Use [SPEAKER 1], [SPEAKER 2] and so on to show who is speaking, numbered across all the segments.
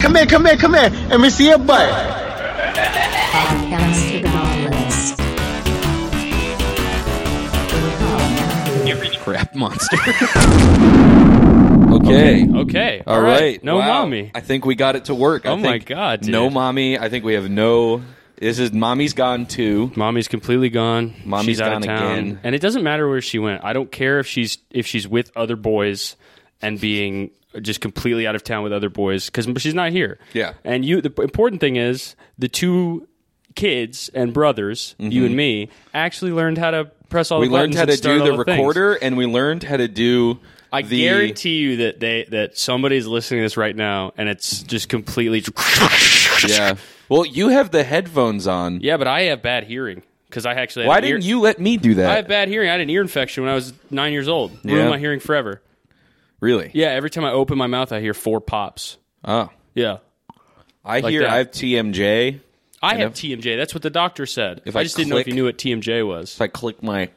[SPEAKER 1] come here, come here, come here. Let me see your butt.
[SPEAKER 2] Podcast to the Nautilus.
[SPEAKER 3] You reach crap monster.
[SPEAKER 4] Okay.
[SPEAKER 3] okay.
[SPEAKER 4] All right.
[SPEAKER 3] No
[SPEAKER 4] Mm-hmm. Wow.
[SPEAKER 3] mommy.
[SPEAKER 4] I think we got it to work. I
[SPEAKER 3] Oh my
[SPEAKER 4] think
[SPEAKER 3] God, dude.
[SPEAKER 4] No mommy. I think we have no. This is mommy's gone too.
[SPEAKER 3] Mommy's completely gone.
[SPEAKER 4] Mommy's
[SPEAKER 3] she's out
[SPEAKER 4] gone
[SPEAKER 3] of town.
[SPEAKER 4] again.
[SPEAKER 3] And it doesn't matter where she went. I don't care if she's if she's with other boys and being just completely out of town with other boys because she's not here.
[SPEAKER 4] Yeah.
[SPEAKER 3] And you, the important thing is the two kids and brothers, you and me, actually learned how to press all
[SPEAKER 4] Mm-hmm. We
[SPEAKER 3] the
[SPEAKER 4] learned
[SPEAKER 3] buttons.
[SPEAKER 4] how
[SPEAKER 3] and
[SPEAKER 4] to
[SPEAKER 3] start
[SPEAKER 4] do the
[SPEAKER 3] all things.
[SPEAKER 4] recorder, and we learned how to do.
[SPEAKER 3] I
[SPEAKER 4] the,
[SPEAKER 3] guarantee you that they that somebody's listening to this right now and it's just completely.
[SPEAKER 4] Yeah. Well, you have the headphones on.
[SPEAKER 3] Yeah, but I have bad hearing because I actually. had
[SPEAKER 4] Why
[SPEAKER 3] an ear-
[SPEAKER 4] didn't you let me do that?
[SPEAKER 3] I have bad hearing. I had an ear infection when I was nine years old. Ruined
[SPEAKER 4] Yeah.
[SPEAKER 3] my hearing forever.
[SPEAKER 4] really?
[SPEAKER 3] Yeah, every time I open my mouth, I hear four pops.
[SPEAKER 4] Oh.
[SPEAKER 3] Yeah.
[SPEAKER 4] I
[SPEAKER 3] Like
[SPEAKER 4] hear
[SPEAKER 3] that.
[SPEAKER 4] I have TMJ. If
[SPEAKER 3] I have TMJ. That's what the doctor said.
[SPEAKER 4] If
[SPEAKER 3] I
[SPEAKER 4] I
[SPEAKER 3] just didn't know if you
[SPEAKER 4] click-
[SPEAKER 3] knew what TMJ was.
[SPEAKER 4] I click my.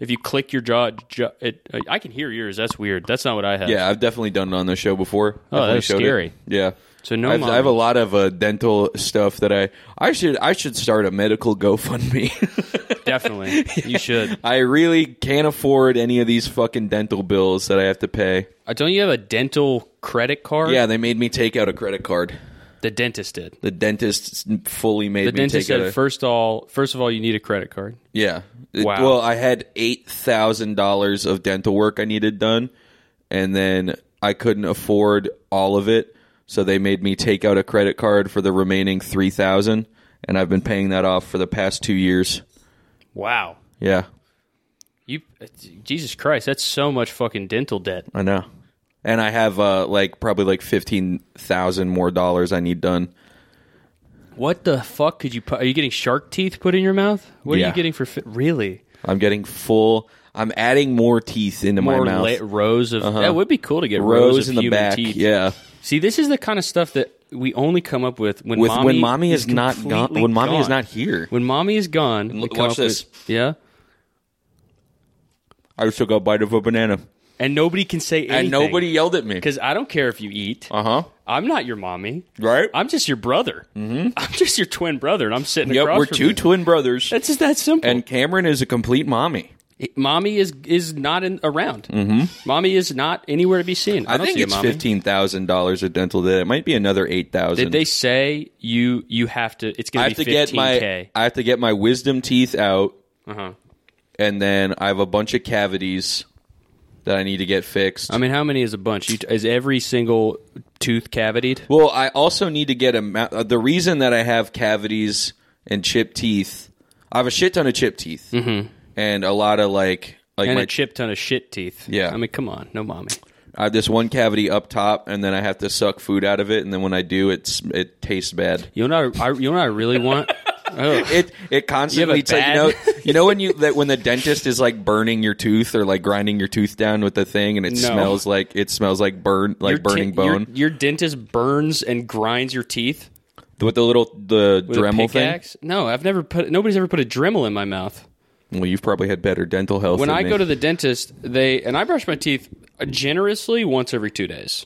[SPEAKER 3] If you click your jaw, jaw it, uh, I can hear yours. That's weird. That's not what I have.
[SPEAKER 4] Yeah, I've definitely done it on the show before.
[SPEAKER 3] Oh,
[SPEAKER 4] Definitely
[SPEAKER 3] that's
[SPEAKER 4] showed it.
[SPEAKER 3] scary.
[SPEAKER 4] Yeah.
[SPEAKER 3] So no
[SPEAKER 4] I've, I
[SPEAKER 3] mommy.
[SPEAKER 4] have a lot of uh, dental stuff that I I should I should start a medical GoFundMe.
[SPEAKER 3] Definitely. You should.
[SPEAKER 4] I really can't afford any of these fucking dental bills that I have to pay.
[SPEAKER 3] Uh, Don't you have a dental credit card?
[SPEAKER 4] Yeah, they made me take out a credit card.
[SPEAKER 3] The dentist did.
[SPEAKER 4] The dentist s- fully made
[SPEAKER 3] The
[SPEAKER 4] me
[SPEAKER 3] dentist
[SPEAKER 4] take out
[SPEAKER 3] said,
[SPEAKER 4] a
[SPEAKER 3] first, all, first of all, you need a credit card.
[SPEAKER 4] yeah. It-
[SPEAKER 3] Wow.
[SPEAKER 4] Well, I had eight thousand dollars of dental work I needed done, and then I couldn't afford all of it, so they made me take out a credit card for the remaining three thousand, and I've been paying that off for the past two years.
[SPEAKER 3] Wow.
[SPEAKER 4] Yeah,
[SPEAKER 3] You, uh, Jesus Christ, that's so much fucking dental debt.
[SPEAKER 4] I know. And I have uh, like probably like fifteen thousand more dollars I need done.
[SPEAKER 3] What the fuck could you? Pu- are you getting shark teeth put in your mouth? What are
[SPEAKER 4] Yeah.
[SPEAKER 3] you getting for? Fi- really?
[SPEAKER 4] I'm getting full. I'm adding more teeth into
[SPEAKER 3] More
[SPEAKER 4] my mouth. Uh-huh.
[SPEAKER 3] la- rows of that would be cool to get rows,
[SPEAKER 4] Rows
[SPEAKER 3] of
[SPEAKER 4] in the
[SPEAKER 3] human
[SPEAKER 4] back.
[SPEAKER 3] teeth.
[SPEAKER 4] Yeah.
[SPEAKER 3] See, this is the kind of stuff that we only come up with when
[SPEAKER 4] With
[SPEAKER 3] mommy
[SPEAKER 4] when mommy is, not
[SPEAKER 3] completely
[SPEAKER 4] gone. When mommy is not here.
[SPEAKER 3] When mommy is gone, we
[SPEAKER 4] look-
[SPEAKER 3] come
[SPEAKER 4] watch
[SPEAKER 3] up with-
[SPEAKER 4] this.
[SPEAKER 3] yeah,
[SPEAKER 4] I took a bite of a banana,
[SPEAKER 3] and nobody can say anything.
[SPEAKER 4] and nobody yelled at me.
[SPEAKER 3] because I don't care if you eat.
[SPEAKER 4] Uh huh.
[SPEAKER 3] I'm not your mommy.
[SPEAKER 4] Right.
[SPEAKER 3] I'm just your brother. Mm-hmm. I'm just your twin brother, and I'm sitting
[SPEAKER 4] yep.
[SPEAKER 3] across
[SPEAKER 4] We're
[SPEAKER 3] from
[SPEAKER 4] two
[SPEAKER 3] you.
[SPEAKER 4] twin brothers,
[SPEAKER 3] That's just that simple.
[SPEAKER 4] and Cameron is a complete mommy.
[SPEAKER 3] mommy is is not in, around. Mm-hmm. Mommy is not anywhere to be seen. I,
[SPEAKER 4] I,
[SPEAKER 3] don't
[SPEAKER 4] think
[SPEAKER 3] see a
[SPEAKER 4] it's
[SPEAKER 3] mommy.
[SPEAKER 4] fifteen thousand dollars of dental debt. It might be another eight thousand.
[SPEAKER 3] Did they say you you have to? It's
[SPEAKER 4] I
[SPEAKER 3] going
[SPEAKER 4] have
[SPEAKER 3] to
[SPEAKER 4] to
[SPEAKER 3] be
[SPEAKER 4] get
[SPEAKER 3] fifteen
[SPEAKER 4] my.
[SPEAKER 3] k.
[SPEAKER 4] I have to get my wisdom teeth out,
[SPEAKER 3] Uh-huh.
[SPEAKER 4] and then I have a bunch of cavities that I need to get fixed.
[SPEAKER 3] I mean, how many is a bunch? You, is every single tooth cavitied?
[SPEAKER 4] Well, I also need to get a. Ma- uh, the reason that I have cavities and chipped teeth, I have a shit ton of chipped teeth, mm-hmm. and a lot of like like
[SPEAKER 3] and
[SPEAKER 4] my,
[SPEAKER 3] a chip ton of shit teeth.
[SPEAKER 4] Yeah.
[SPEAKER 3] I mean, come on, no mommy.
[SPEAKER 4] I have this one cavity up top, and then I have to suck food out of it, and then when I do, it's it tastes bad.
[SPEAKER 3] You know, what I, I, you know what I really want. Ugh.
[SPEAKER 4] It it constantly it's like, you know
[SPEAKER 3] bad-
[SPEAKER 4] you know when you that when the dentist is like burning your tooth or like grinding your tooth down with the thing and it
[SPEAKER 3] No.
[SPEAKER 4] smells like it smells like burn like
[SPEAKER 3] Your
[SPEAKER 4] burning
[SPEAKER 3] ti- your-
[SPEAKER 4] bone
[SPEAKER 3] Your, dentist burns and grinds your teeth
[SPEAKER 4] with the little the
[SPEAKER 3] with a
[SPEAKER 4] Dremel thing.
[SPEAKER 3] pickaxe. No, I've never put. Nobody's ever put a Dremel in my mouth.
[SPEAKER 4] Well, you've probably had better dental health.
[SPEAKER 3] When
[SPEAKER 4] than
[SPEAKER 3] I
[SPEAKER 4] me.
[SPEAKER 3] go to the dentist, they and I brush my teeth generously once every two days.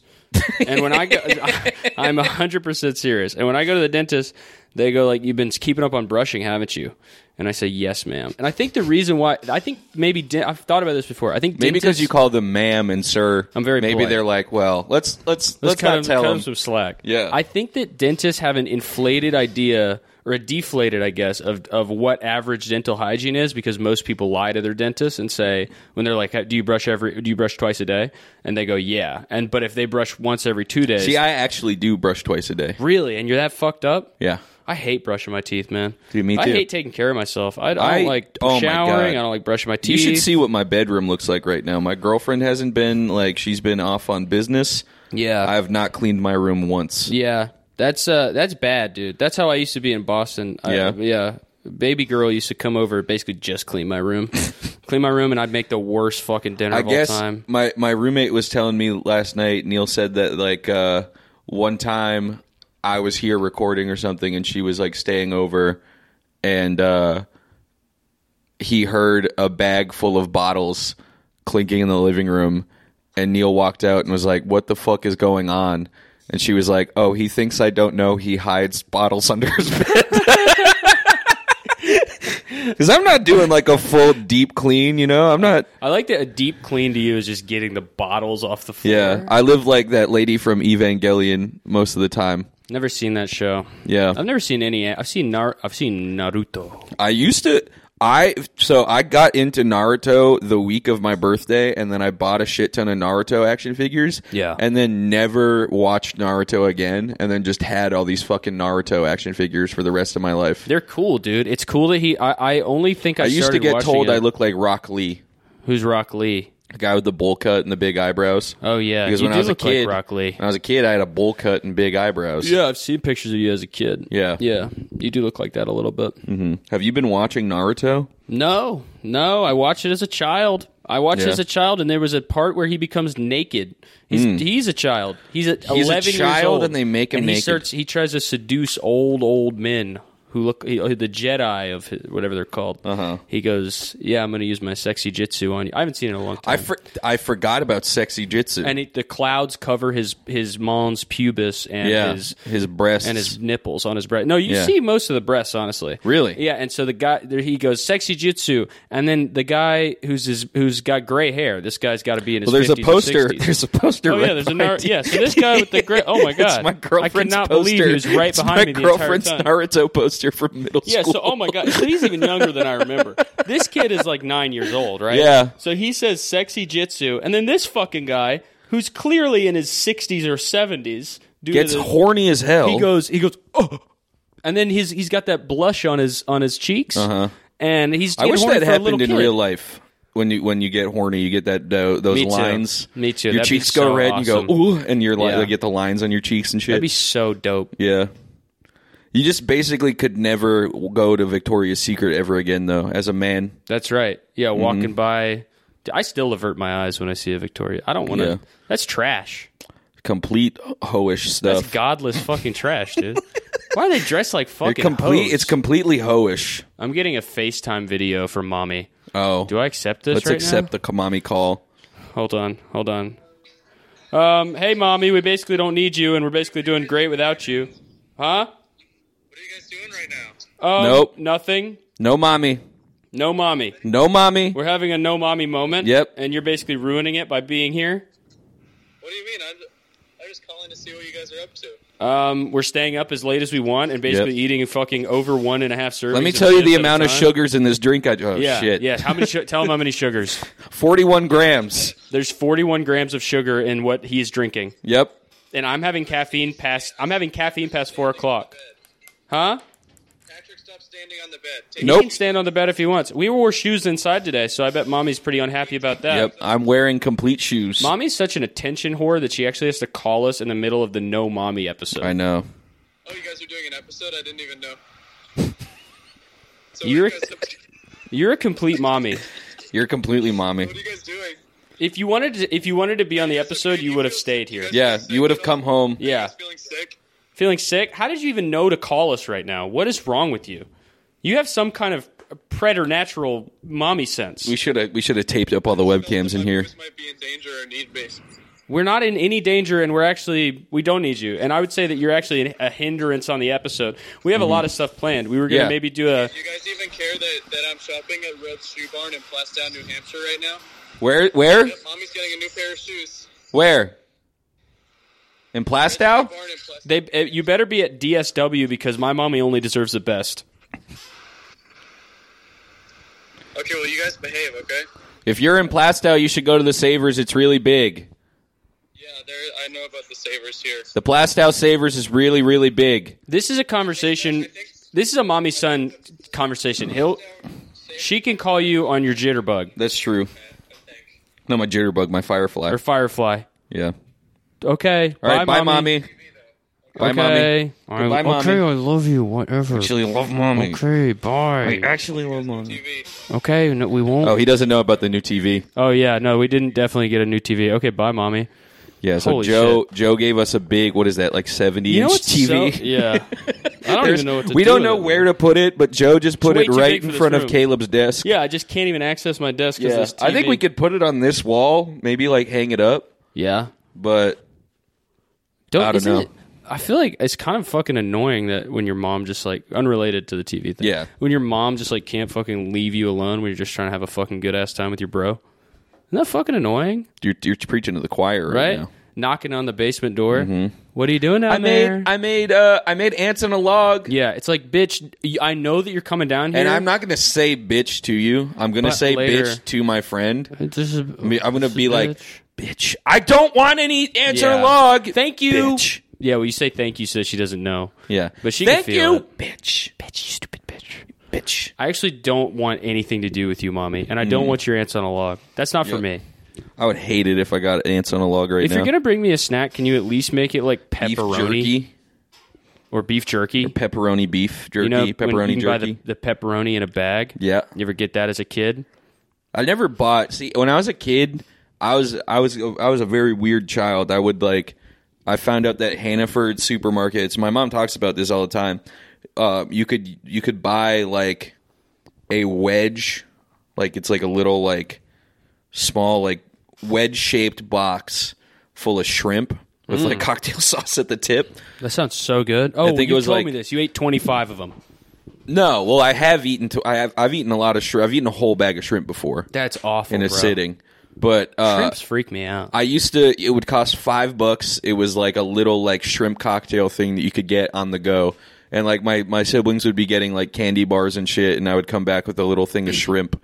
[SPEAKER 3] and when I go, I, I'm 100% serious. And when I go to the dentist, they go like, "You've been keeping up on brushing, haven't you?" And I say, "Yes, ma'am." And I think the reason why I think maybe de- I've thought about this before. I think
[SPEAKER 4] Maybe because
[SPEAKER 3] dentists-
[SPEAKER 4] you call them ma'am and sir.
[SPEAKER 3] I'm very
[SPEAKER 4] Maybe
[SPEAKER 3] polite.
[SPEAKER 4] they're like, well, let's let's let's,
[SPEAKER 3] cut
[SPEAKER 4] not
[SPEAKER 3] him-
[SPEAKER 4] tell
[SPEAKER 3] cut him
[SPEAKER 4] them.
[SPEAKER 3] some slack.
[SPEAKER 4] Yeah.
[SPEAKER 3] I think that dentists have an inflated idea or a deflated, I guess, of of what average dental hygiene is because most people lie to their dentist and say when they're like, "Do you brush every? Do you brush twice a day?" And they go, "Yeah." And but if they brush once every two days,
[SPEAKER 4] See, I actually do brush twice a day.
[SPEAKER 3] really, and you're that fucked up.
[SPEAKER 4] Yeah,
[SPEAKER 3] I hate brushing my teeth, man.
[SPEAKER 4] Dude, me
[SPEAKER 3] I
[SPEAKER 4] too.
[SPEAKER 3] hate taking care of myself. I, I don't
[SPEAKER 4] I-
[SPEAKER 3] like
[SPEAKER 4] oh my
[SPEAKER 3] showering.
[SPEAKER 4] God.
[SPEAKER 3] I don't like brushing my teeth.
[SPEAKER 4] you should see what my bedroom looks like right now. My girlfriend hasn't been like she's been off on business.
[SPEAKER 3] Yeah.
[SPEAKER 4] I have not cleaned my room once.
[SPEAKER 3] Yeah, that's uh, that's bad, dude. That's how I used to be in Boston. I-
[SPEAKER 4] Yeah.
[SPEAKER 3] yeah. Baby girl used to come over, basically just clean my room, clean my room, and I'd make the worst fucking dinner
[SPEAKER 4] I
[SPEAKER 3] of
[SPEAKER 4] guess
[SPEAKER 3] all time.
[SPEAKER 4] my my roommate was telling me last night. Neil said that like uh, one time I was here recording or something, and she was like staying over, and uh, he heard a bag full of bottles clinking in the living room, and Neil walked out and was like, "What the fuck is going on?" And she was like, "Oh, he thinks I don't know. He hides bottles under his bed." Because I'm not doing like a full deep clean, you know. I'm not.
[SPEAKER 3] I like that a deep clean to you is just getting the bottles off the floor.
[SPEAKER 4] Yeah, I live like that lady from Evangelion most of the time.
[SPEAKER 3] Never seen that show.
[SPEAKER 4] Yeah.
[SPEAKER 3] I've never seen any. I've seen Nar- I've seen Naruto.
[SPEAKER 4] I used to I so I got into Naruto the week of my birthday and then I bought a shit ton of Naruto action figures.
[SPEAKER 3] Yeah.
[SPEAKER 4] And then never watched Naruto again and then just had all these fucking Naruto action figures for the rest of my life.
[SPEAKER 3] They're cool, dude. It's cool that he. I, I only think I,
[SPEAKER 4] I used to
[SPEAKER 3] started
[SPEAKER 4] get
[SPEAKER 3] watching
[SPEAKER 4] told
[SPEAKER 3] it-
[SPEAKER 4] I look like Rock Lee,
[SPEAKER 3] Who's Rock Lee?
[SPEAKER 4] the guy with the bowl cut and the big eyebrows.
[SPEAKER 3] Oh yeah,
[SPEAKER 4] because
[SPEAKER 3] you
[SPEAKER 4] when
[SPEAKER 3] do
[SPEAKER 4] I was a
[SPEAKER 3] look like
[SPEAKER 4] kid, Uh,
[SPEAKER 3] Rock Lee.
[SPEAKER 4] when I was a kid, I had a bowl cut and big eyebrows.
[SPEAKER 3] Yeah, I've seen pictures of you as a kid.
[SPEAKER 4] Yeah.
[SPEAKER 3] yeah, you do look like that a little bit.
[SPEAKER 4] Have you been watching Naruto?
[SPEAKER 3] No, no, I watched it as a child. I watched it
[SPEAKER 4] Yeah.
[SPEAKER 3] as a child, and there was a part where he becomes naked. He's he's a child. He's at
[SPEAKER 4] Hmm. a
[SPEAKER 3] eleven years
[SPEAKER 4] child,
[SPEAKER 3] old,
[SPEAKER 4] and they make him
[SPEAKER 3] and He
[SPEAKER 4] naked.
[SPEAKER 3] starts. He tries to seduce old old men who look he, uh, the Jedi of his, whatever they're called.
[SPEAKER 4] Uh-huh.
[SPEAKER 3] He goes, "Yeah, I'm going to use my sexy jitsu on you." I haven't seen it in a long time.
[SPEAKER 4] I for, I forgot about sexy jitsu.
[SPEAKER 3] and it, the clouds cover his his mom's pubis and
[SPEAKER 4] yeah,
[SPEAKER 3] his
[SPEAKER 4] breasts
[SPEAKER 3] and his nipples on his breast. No, you
[SPEAKER 4] Yeah.
[SPEAKER 3] see most of the breasts, honestly.
[SPEAKER 4] Really?
[SPEAKER 3] Yeah. And so the guy there, he goes sexy jutsu, and then the guy who's his, who's got gray hair. This guy's got to be in his.
[SPEAKER 4] Well, there's a
[SPEAKER 3] 50s or
[SPEAKER 4] poster.
[SPEAKER 3] 60s.
[SPEAKER 4] There's a poster.
[SPEAKER 3] Oh
[SPEAKER 4] right
[SPEAKER 3] yeah, there's a
[SPEAKER 4] behind
[SPEAKER 3] nar-
[SPEAKER 4] you.
[SPEAKER 3] yeah. So this guy with the gray. Oh my god,
[SPEAKER 4] It's my girlfriend's
[SPEAKER 3] I cannot
[SPEAKER 4] poster.
[SPEAKER 3] believe he was right
[SPEAKER 4] It's
[SPEAKER 3] behind
[SPEAKER 4] my
[SPEAKER 3] me the entire
[SPEAKER 4] girlfriend's
[SPEAKER 3] time.
[SPEAKER 4] Naruto poster from middle
[SPEAKER 3] Yeah,
[SPEAKER 4] school.
[SPEAKER 3] so oh my god, so he's even younger than I remember. This kid is like nine years old, right?
[SPEAKER 4] Yeah.
[SPEAKER 3] So he says sexy jitsu, and then this fucking guy, who's clearly in his sixties or seventies,
[SPEAKER 4] gets horny as hell.
[SPEAKER 3] He goes, he goes, oh, and then he's he's got that blush on his on his cheeks, uh-huh. and he's.
[SPEAKER 4] I wish that happened in real
[SPEAKER 3] life.
[SPEAKER 4] life. When you when you get horny, you get that uh, those
[SPEAKER 3] Me too.
[SPEAKER 4] lines.
[SPEAKER 3] Me too.
[SPEAKER 4] Your
[SPEAKER 3] That'd be
[SPEAKER 4] cheeks go
[SPEAKER 3] so
[SPEAKER 4] red, and you
[SPEAKER 3] awesome.
[SPEAKER 4] go ooh, and you're like
[SPEAKER 3] Yeah.
[SPEAKER 4] you get the lines on your cheeks and shit.
[SPEAKER 3] That'd be so dope.
[SPEAKER 4] yeah. You just basically could never go to Victoria's Secret ever again, though. As a man,
[SPEAKER 3] That's right. Yeah,
[SPEAKER 4] Mm-hmm.
[SPEAKER 3] walking by, I still avert my eyes when I see a Victoria. I don't want to.
[SPEAKER 4] Yeah.
[SPEAKER 3] That's trash.
[SPEAKER 4] complete hoish
[SPEAKER 3] That's
[SPEAKER 4] stuff.
[SPEAKER 3] godless fucking trash, dude. Why are they dressed like
[SPEAKER 4] You're
[SPEAKER 3] fucking
[SPEAKER 4] complete.
[SPEAKER 3] hoes?
[SPEAKER 4] It's completely hoish.
[SPEAKER 3] I'm getting a FaceTime video from mommy.
[SPEAKER 4] Oh,
[SPEAKER 3] Do I accept this
[SPEAKER 4] let's
[SPEAKER 3] right
[SPEAKER 4] accept the Kamami call.
[SPEAKER 3] now? Hold on, hold on. Um, hey, mommy, we basically don't need you, and we're basically doing great without you, huh?
[SPEAKER 5] What are you guys doing right now?
[SPEAKER 3] Um,
[SPEAKER 4] Nope.
[SPEAKER 3] nothing.
[SPEAKER 4] No mommy.
[SPEAKER 3] No mommy.
[SPEAKER 4] No mommy.
[SPEAKER 3] We're having a no mommy moment.
[SPEAKER 4] Yep.
[SPEAKER 3] And you're basically ruining it by being here.
[SPEAKER 5] What do you mean? I'm, I'm just calling to see what you guys are up to.
[SPEAKER 3] Um, we're staying up as late as we want and basically
[SPEAKER 4] Yep.
[SPEAKER 3] eating fucking over one and a half servings.
[SPEAKER 4] Let me
[SPEAKER 3] of
[SPEAKER 4] tell you the
[SPEAKER 3] chips at a
[SPEAKER 4] amount of
[SPEAKER 3] time.
[SPEAKER 4] sugars in this drink. I oh
[SPEAKER 3] Yeah,
[SPEAKER 4] shit.
[SPEAKER 3] yeah. How many? Su- tell him how many sugars.
[SPEAKER 4] Forty-one grams.
[SPEAKER 3] There's 41 grams of sugar in what he's drinking,
[SPEAKER 4] Yep.
[SPEAKER 3] and I'm having caffeine past. I'm having caffeine past four o'clock. Huh?
[SPEAKER 5] Patrick, stop standing on the bed. Take
[SPEAKER 3] He
[SPEAKER 4] Nope.
[SPEAKER 3] can stand on the bed if he wants. We wore shoes inside today, so I bet mommy's pretty unhappy about that.
[SPEAKER 4] Yep. I'm wearing complete shoes.
[SPEAKER 3] Mommy's such an attention whore that she actually has to call us in the middle of the no mommy episode.
[SPEAKER 4] I know.
[SPEAKER 5] Oh, you guys are doing an episode? I didn't even know. So what are
[SPEAKER 3] You're-
[SPEAKER 5] you guys up to-
[SPEAKER 3] You're a complete mommy.
[SPEAKER 4] You're completely mommy.
[SPEAKER 5] what are you guys doing?
[SPEAKER 3] If you wanted to, if you wanted to be on the episode, you would have stayed here.
[SPEAKER 4] Yeah. You would have come home.
[SPEAKER 5] You
[SPEAKER 3] Yeah.
[SPEAKER 5] guys feeling sick?
[SPEAKER 3] Feeling sick? How did you even know to call us right now? What is wrong with you? You have some kind of preternatural mommy sense.
[SPEAKER 4] We should have. We should have taped up all the webcams in
[SPEAKER 5] My
[SPEAKER 4] here.
[SPEAKER 5] voice might be in danger or need me.
[SPEAKER 3] We're not in any danger, and we're actually we don't need you. And I would say that you're actually a hindrance on the episode. We have a lot of stuff planned. We were gonna
[SPEAKER 4] Mm-hmm. Yeah.
[SPEAKER 3] maybe do a
[SPEAKER 5] You guys even care that, that I'm shopping at Rhodes Shoe Barn in Plastown, New Hampshire right now?
[SPEAKER 4] Where? Where?
[SPEAKER 5] Yep, mommy's getting a new pair of shoes.
[SPEAKER 4] Where? In Plastow?
[SPEAKER 5] Barn in Plastow.
[SPEAKER 3] They, uh, you better be at DSW because my mommy only deserves the best.
[SPEAKER 5] Okay, well, you guys behave, okay?
[SPEAKER 4] If you're in Plastow, you should go to the Savers. It's really big.
[SPEAKER 5] Yeah, there. I know about the savers here.
[SPEAKER 4] The Plastow Savers is really, really big.
[SPEAKER 3] This is a conversation. This is a mommy son conversation. He'll, she can call you on your jitterbug
[SPEAKER 4] That's true.
[SPEAKER 5] I think.
[SPEAKER 4] No, my jitterbug, my firefly.
[SPEAKER 3] or firefly.
[SPEAKER 4] Yeah.
[SPEAKER 3] Okay.
[SPEAKER 4] All right. Bye, mommy. Bye, mommy.
[SPEAKER 3] Okay.
[SPEAKER 4] Goodbye,
[SPEAKER 3] I-
[SPEAKER 4] mommy.
[SPEAKER 3] Okay, I love you. Whatever.
[SPEAKER 4] Actually, love mommy.
[SPEAKER 3] Okay, bye.
[SPEAKER 4] Oh, Actually, love mommy.
[SPEAKER 5] TV.
[SPEAKER 3] Okay, no, we won't.
[SPEAKER 4] Oh,
[SPEAKER 3] Oh.
[SPEAKER 4] he doesn't know about the new TV.
[SPEAKER 3] yeah, no, we didn't definitely get a new TV. Okay, bye, mommy.
[SPEAKER 4] Yeah, so
[SPEAKER 3] Holy
[SPEAKER 4] Joe Joe gave us a big what is that like seventy
[SPEAKER 3] You know
[SPEAKER 4] inch
[SPEAKER 3] what's
[SPEAKER 4] TV?
[SPEAKER 3] so- yeah, I don't
[SPEAKER 4] There's-
[SPEAKER 3] even know what to
[SPEAKER 4] we
[SPEAKER 3] do
[SPEAKER 4] don't
[SPEAKER 3] with
[SPEAKER 4] know
[SPEAKER 3] it.
[SPEAKER 4] where to put it, but Joe just put
[SPEAKER 3] way
[SPEAKER 4] it
[SPEAKER 3] too
[SPEAKER 4] right
[SPEAKER 3] big for
[SPEAKER 4] in
[SPEAKER 3] this
[SPEAKER 4] front
[SPEAKER 3] room.
[SPEAKER 4] of Caleb's desk.
[SPEAKER 3] Yeah, I just can't even access my desk. 'cause this
[SPEAKER 4] I think
[SPEAKER 3] TV.
[SPEAKER 4] we could put it on this wall, maybe like hang it up,
[SPEAKER 3] Yeah,
[SPEAKER 4] but
[SPEAKER 3] Don't,
[SPEAKER 4] I don't
[SPEAKER 3] isn't
[SPEAKER 4] know.
[SPEAKER 3] it- I feel like it's kind of fucking annoying that when your mom just like unrelated to the TV thing.
[SPEAKER 4] Yeah.
[SPEAKER 3] When your mom just like can't fucking leave you alone when you're just trying to have a fucking good ass time with your bro. Isn't that fucking annoying?
[SPEAKER 4] You're, you're preaching to the choir right,
[SPEAKER 3] Right?
[SPEAKER 4] now.
[SPEAKER 3] Knocking on the basement door.
[SPEAKER 4] Mm-hmm.
[SPEAKER 3] What are you doing down
[SPEAKER 4] I
[SPEAKER 3] there?
[SPEAKER 4] made I made uh I made ants in a log,
[SPEAKER 3] yeah, it's like, bitch. y- I know that you're coming down here,
[SPEAKER 4] and I'm not gonna say bitch to you. I'm gonna
[SPEAKER 3] But
[SPEAKER 4] say
[SPEAKER 3] later-
[SPEAKER 4] bitch to my friend.
[SPEAKER 3] This is,
[SPEAKER 4] I mean, I'm gonna
[SPEAKER 3] this is
[SPEAKER 4] be like,
[SPEAKER 3] bitch.
[SPEAKER 4] bitch, I don't want any ants in
[SPEAKER 3] Yeah.
[SPEAKER 4] a log.
[SPEAKER 3] Thank you.
[SPEAKER 4] bitch.
[SPEAKER 3] Yeah, well, you say thank you so that she doesn't know.
[SPEAKER 4] Yeah,
[SPEAKER 3] But she can
[SPEAKER 4] thank
[SPEAKER 3] feel
[SPEAKER 4] you,
[SPEAKER 3] it.
[SPEAKER 4] bitch,
[SPEAKER 3] Bitch, you stupid bitch.
[SPEAKER 4] bitch.
[SPEAKER 3] I actually don't want anything to do with you, mommy, and I don't
[SPEAKER 4] Mm.
[SPEAKER 3] want your ants on a log. That's not for
[SPEAKER 4] Yep.
[SPEAKER 3] me.
[SPEAKER 4] I would hate it if I got ants on a log right
[SPEAKER 3] If
[SPEAKER 4] now.
[SPEAKER 3] you're gonna bring me a snack, can you at least make it like
[SPEAKER 4] beef
[SPEAKER 3] pepperoni
[SPEAKER 4] jerky,
[SPEAKER 3] or beef jerky?
[SPEAKER 4] pepperoni beef jerky,
[SPEAKER 3] you know, when
[SPEAKER 4] pepperoni
[SPEAKER 3] you can buy
[SPEAKER 4] jerky.
[SPEAKER 3] the, the pepperoni in a bag.
[SPEAKER 4] Yeah.
[SPEAKER 3] you ever get that as a kid?
[SPEAKER 4] I never bought. See, when I was a kid, I was I was I was a very weird child. I would like. I found out that Hannaford supermarkets. My mom talks about this all the time. Uh, you could you could buy like a wedge, like it's like a little like small like wedge shaped box full of shrimp with like cocktail sauce at the tip.
[SPEAKER 3] That sounds so good. Oh,
[SPEAKER 4] I think
[SPEAKER 3] you
[SPEAKER 4] it was
[SPEAKER 3] told
[SPEAKER 4] like-
[SPEAKER 3] me this. You ate 25 of them.
[SPEAKER 4] No, well I have eaten. To, I have I've eaten a lot of shrimp. I've eaten a whole bag of shrimp before
[SPEAKER 3] That's awful.
[SPEAKER 4] in a
[SPEAKER 3] Oh, bro.
[SPEAKER 4] sitting. But uh,
[SPEAKER 3] Shrimps freak me out.
[SPEAKER 4] I used to. It would cost five bucks. It was like a little like shrimp cocktail thing that you could get on the go. And like my my siblings would be getting like candy bars and shit, and I would come back with a little thing of
[SPEAKER 3] Mm.
[SPEAKER 4] shrimp.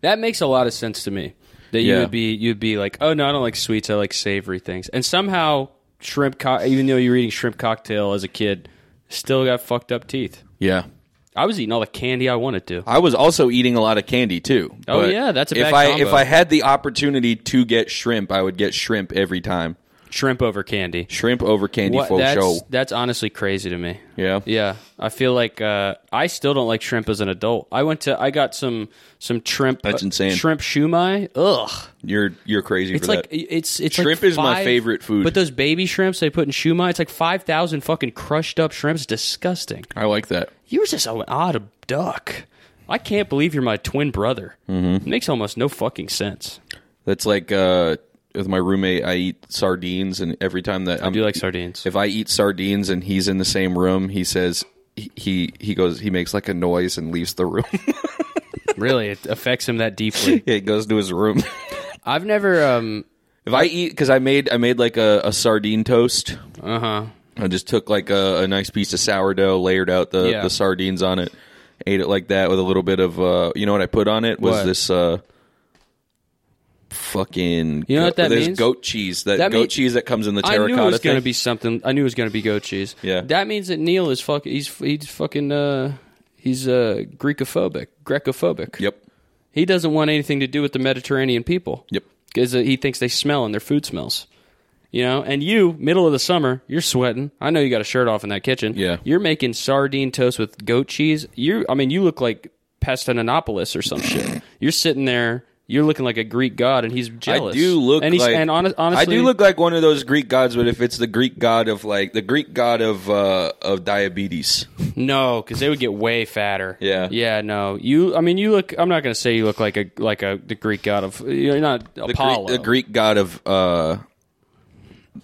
[SPEAKER 3] That makes a lot of sense to me. That you
[SPEAKER 4] Yeah.
[SPEAKER 3] would be you'd be like, oh no, I don't like sweets. I like savory things. And somehow shrimp, co- even though you were eating shrimp cocktail as a kid, still got fucked up teeth.
[SPEAKER 4] Yeah,
[SPEAKER 3] I was eating all the candy I wanted to.
[SPEAKER 4] I was also eating a lot of candy too.
[SPEAKER 3] Oh,
[SPEAKER 4] But
[SPEAKER 3] yeah, that's a
[SPEAKER 4] if
[SPEAKER 3] bad
[SPEAKER 4] I
[SPEAKER 3] combo.
[SPEAKER 4] if I had the opportunity to get shrimp, I would get shrimp every time.
[SPEAKER 3] Shrimp over candy.
[SPEAKER 4] Shrimp over candy
[SPEAKER 3] What-
[SPEAKER 4] for
[SPEAKER 3] that's,
[SPEAKER 4] show.
[SPEAKER 3] that's honestly crazy to me.
[SPEAKER 4] Yeah.
[SPEAKER 3] Yeah, I feel like uh, I still don't like shrimp as an adult. I went to I got some some shrimp. uh,
[SPEAKER 4] That's insane.
[SPEAKER 3] Shrimp shumai. Ugh.
[SPEAKER 4] You're you're crazy
[SPEAKER 3] It's
[SPEAKER 4] for
[SPEAKER 3] like
[SPEAKER 4] that.
[SPEAKER 3] it's it's
[SPEAKER 4] Shrimp
[SPEAKER 3] like
[SPEAKER 4] is my
[SPEAKER 3] five-
[SPEAKER 4] favorite food.
[SPEAKER 3] But those baby shrimps they put in shumai, it's like five thousand fucking crushed up shrimps. Disgusting.
[SPEAKER 4] I like that.
[SPEAKER 3] You're just an odd duck. I can't believe you're my twin brother. Mm-hmm. It makes almost no fucking sense.
[SPEAKER 4] That's like uh, with my roommate. I eat sardines, and every time that I'm,
[SPEAKER 3] Do you like sardines?
[SPEAKER 4] if I eat sardines and he's in the same room, he says he- he he goes he makes like a noise and leaves the room.
[SPEAKER 3] really, it affects him that deeply.
[SPEAKER 4] he goes to his room.
[SPEAKER 3] I've never. um
[SPEAKER 4] if I eat because I made I made like a, a sardine toast. Uh
[SPEAKER 3] Uh-huh.
[SPEAKER 4] huh. I just took like a, a nice piece of sourdough, layered out the,
[SPEAKER 3] Yeah.
[SPEAKER 4] the sardines on it, ate it like that with a little bit of uh, you know what I put on it was
[SPEAKER 3] What?
[SPEAKER 4] this uh, fucking
[SPEAKER 3] You know what that
[SPEAKER 4] there's
[SPEAKER 3] means?
[SPEAKER 4] goat cheese that,
[SPEAKER 3] That
[SPEAKER 4] goat
[SPEAKER 3] mean-
[SPEAKER 4] cheese that comes in the
[SPEAKER 3] I
[SPEAKER 4] terracotta
[SPEAKER 3] knew it was going to
[SPEAKER 4] thing.
[SPEAKER 3] be something. I knew it was going to be goat cheese.
[SPEAKER 4] Yeah.
[SPEAKER 3] That means that Neil is fucking. He's he's fucking. Uh, he's uh, Greekophobic, Grecophobic.
[SPEAKER 4] yep
[SPEAKER 3] He doesn't want anything to do with the Mediterranean people.
[SPEAKER 4] Yep.
[SPEAKER 3] Because he thinks they smell and their food smells. You know, and you, middle of the summer, you're sweating. I know you got a shirt off in that kitchen.
[SPEAKER 4] Yeah.
[SPEAKER 3] You're making sardine toast with goat cheese. You, I mean, you look like Pestanopolis or some shit. You're sitting there. You're looking like a Greek god, and he's jealous.
[SPEAKER 4] I do look
[SPEAKER 3] and he's,
[SPEAKER 4] like
[SPEAKER 3] and hon- honestly,
[SPEAKER 4] I do look like one of those Greek gods, but if it's the Greek god of like the Greek god of uh, of diabetes,
[SPEAKER 3] No, because they would get way fatter.
[SPEAKER 4] Yeah.
[SPEAKER 3] yeah. No, you. I mean, you look. I'm not going to say you look like a like a the Greek god of. You're not
[SPEAKER 4] the,
[SPEAKER 3] Apollo.
[SPEAKER 4] Greek, the Greek god of uh,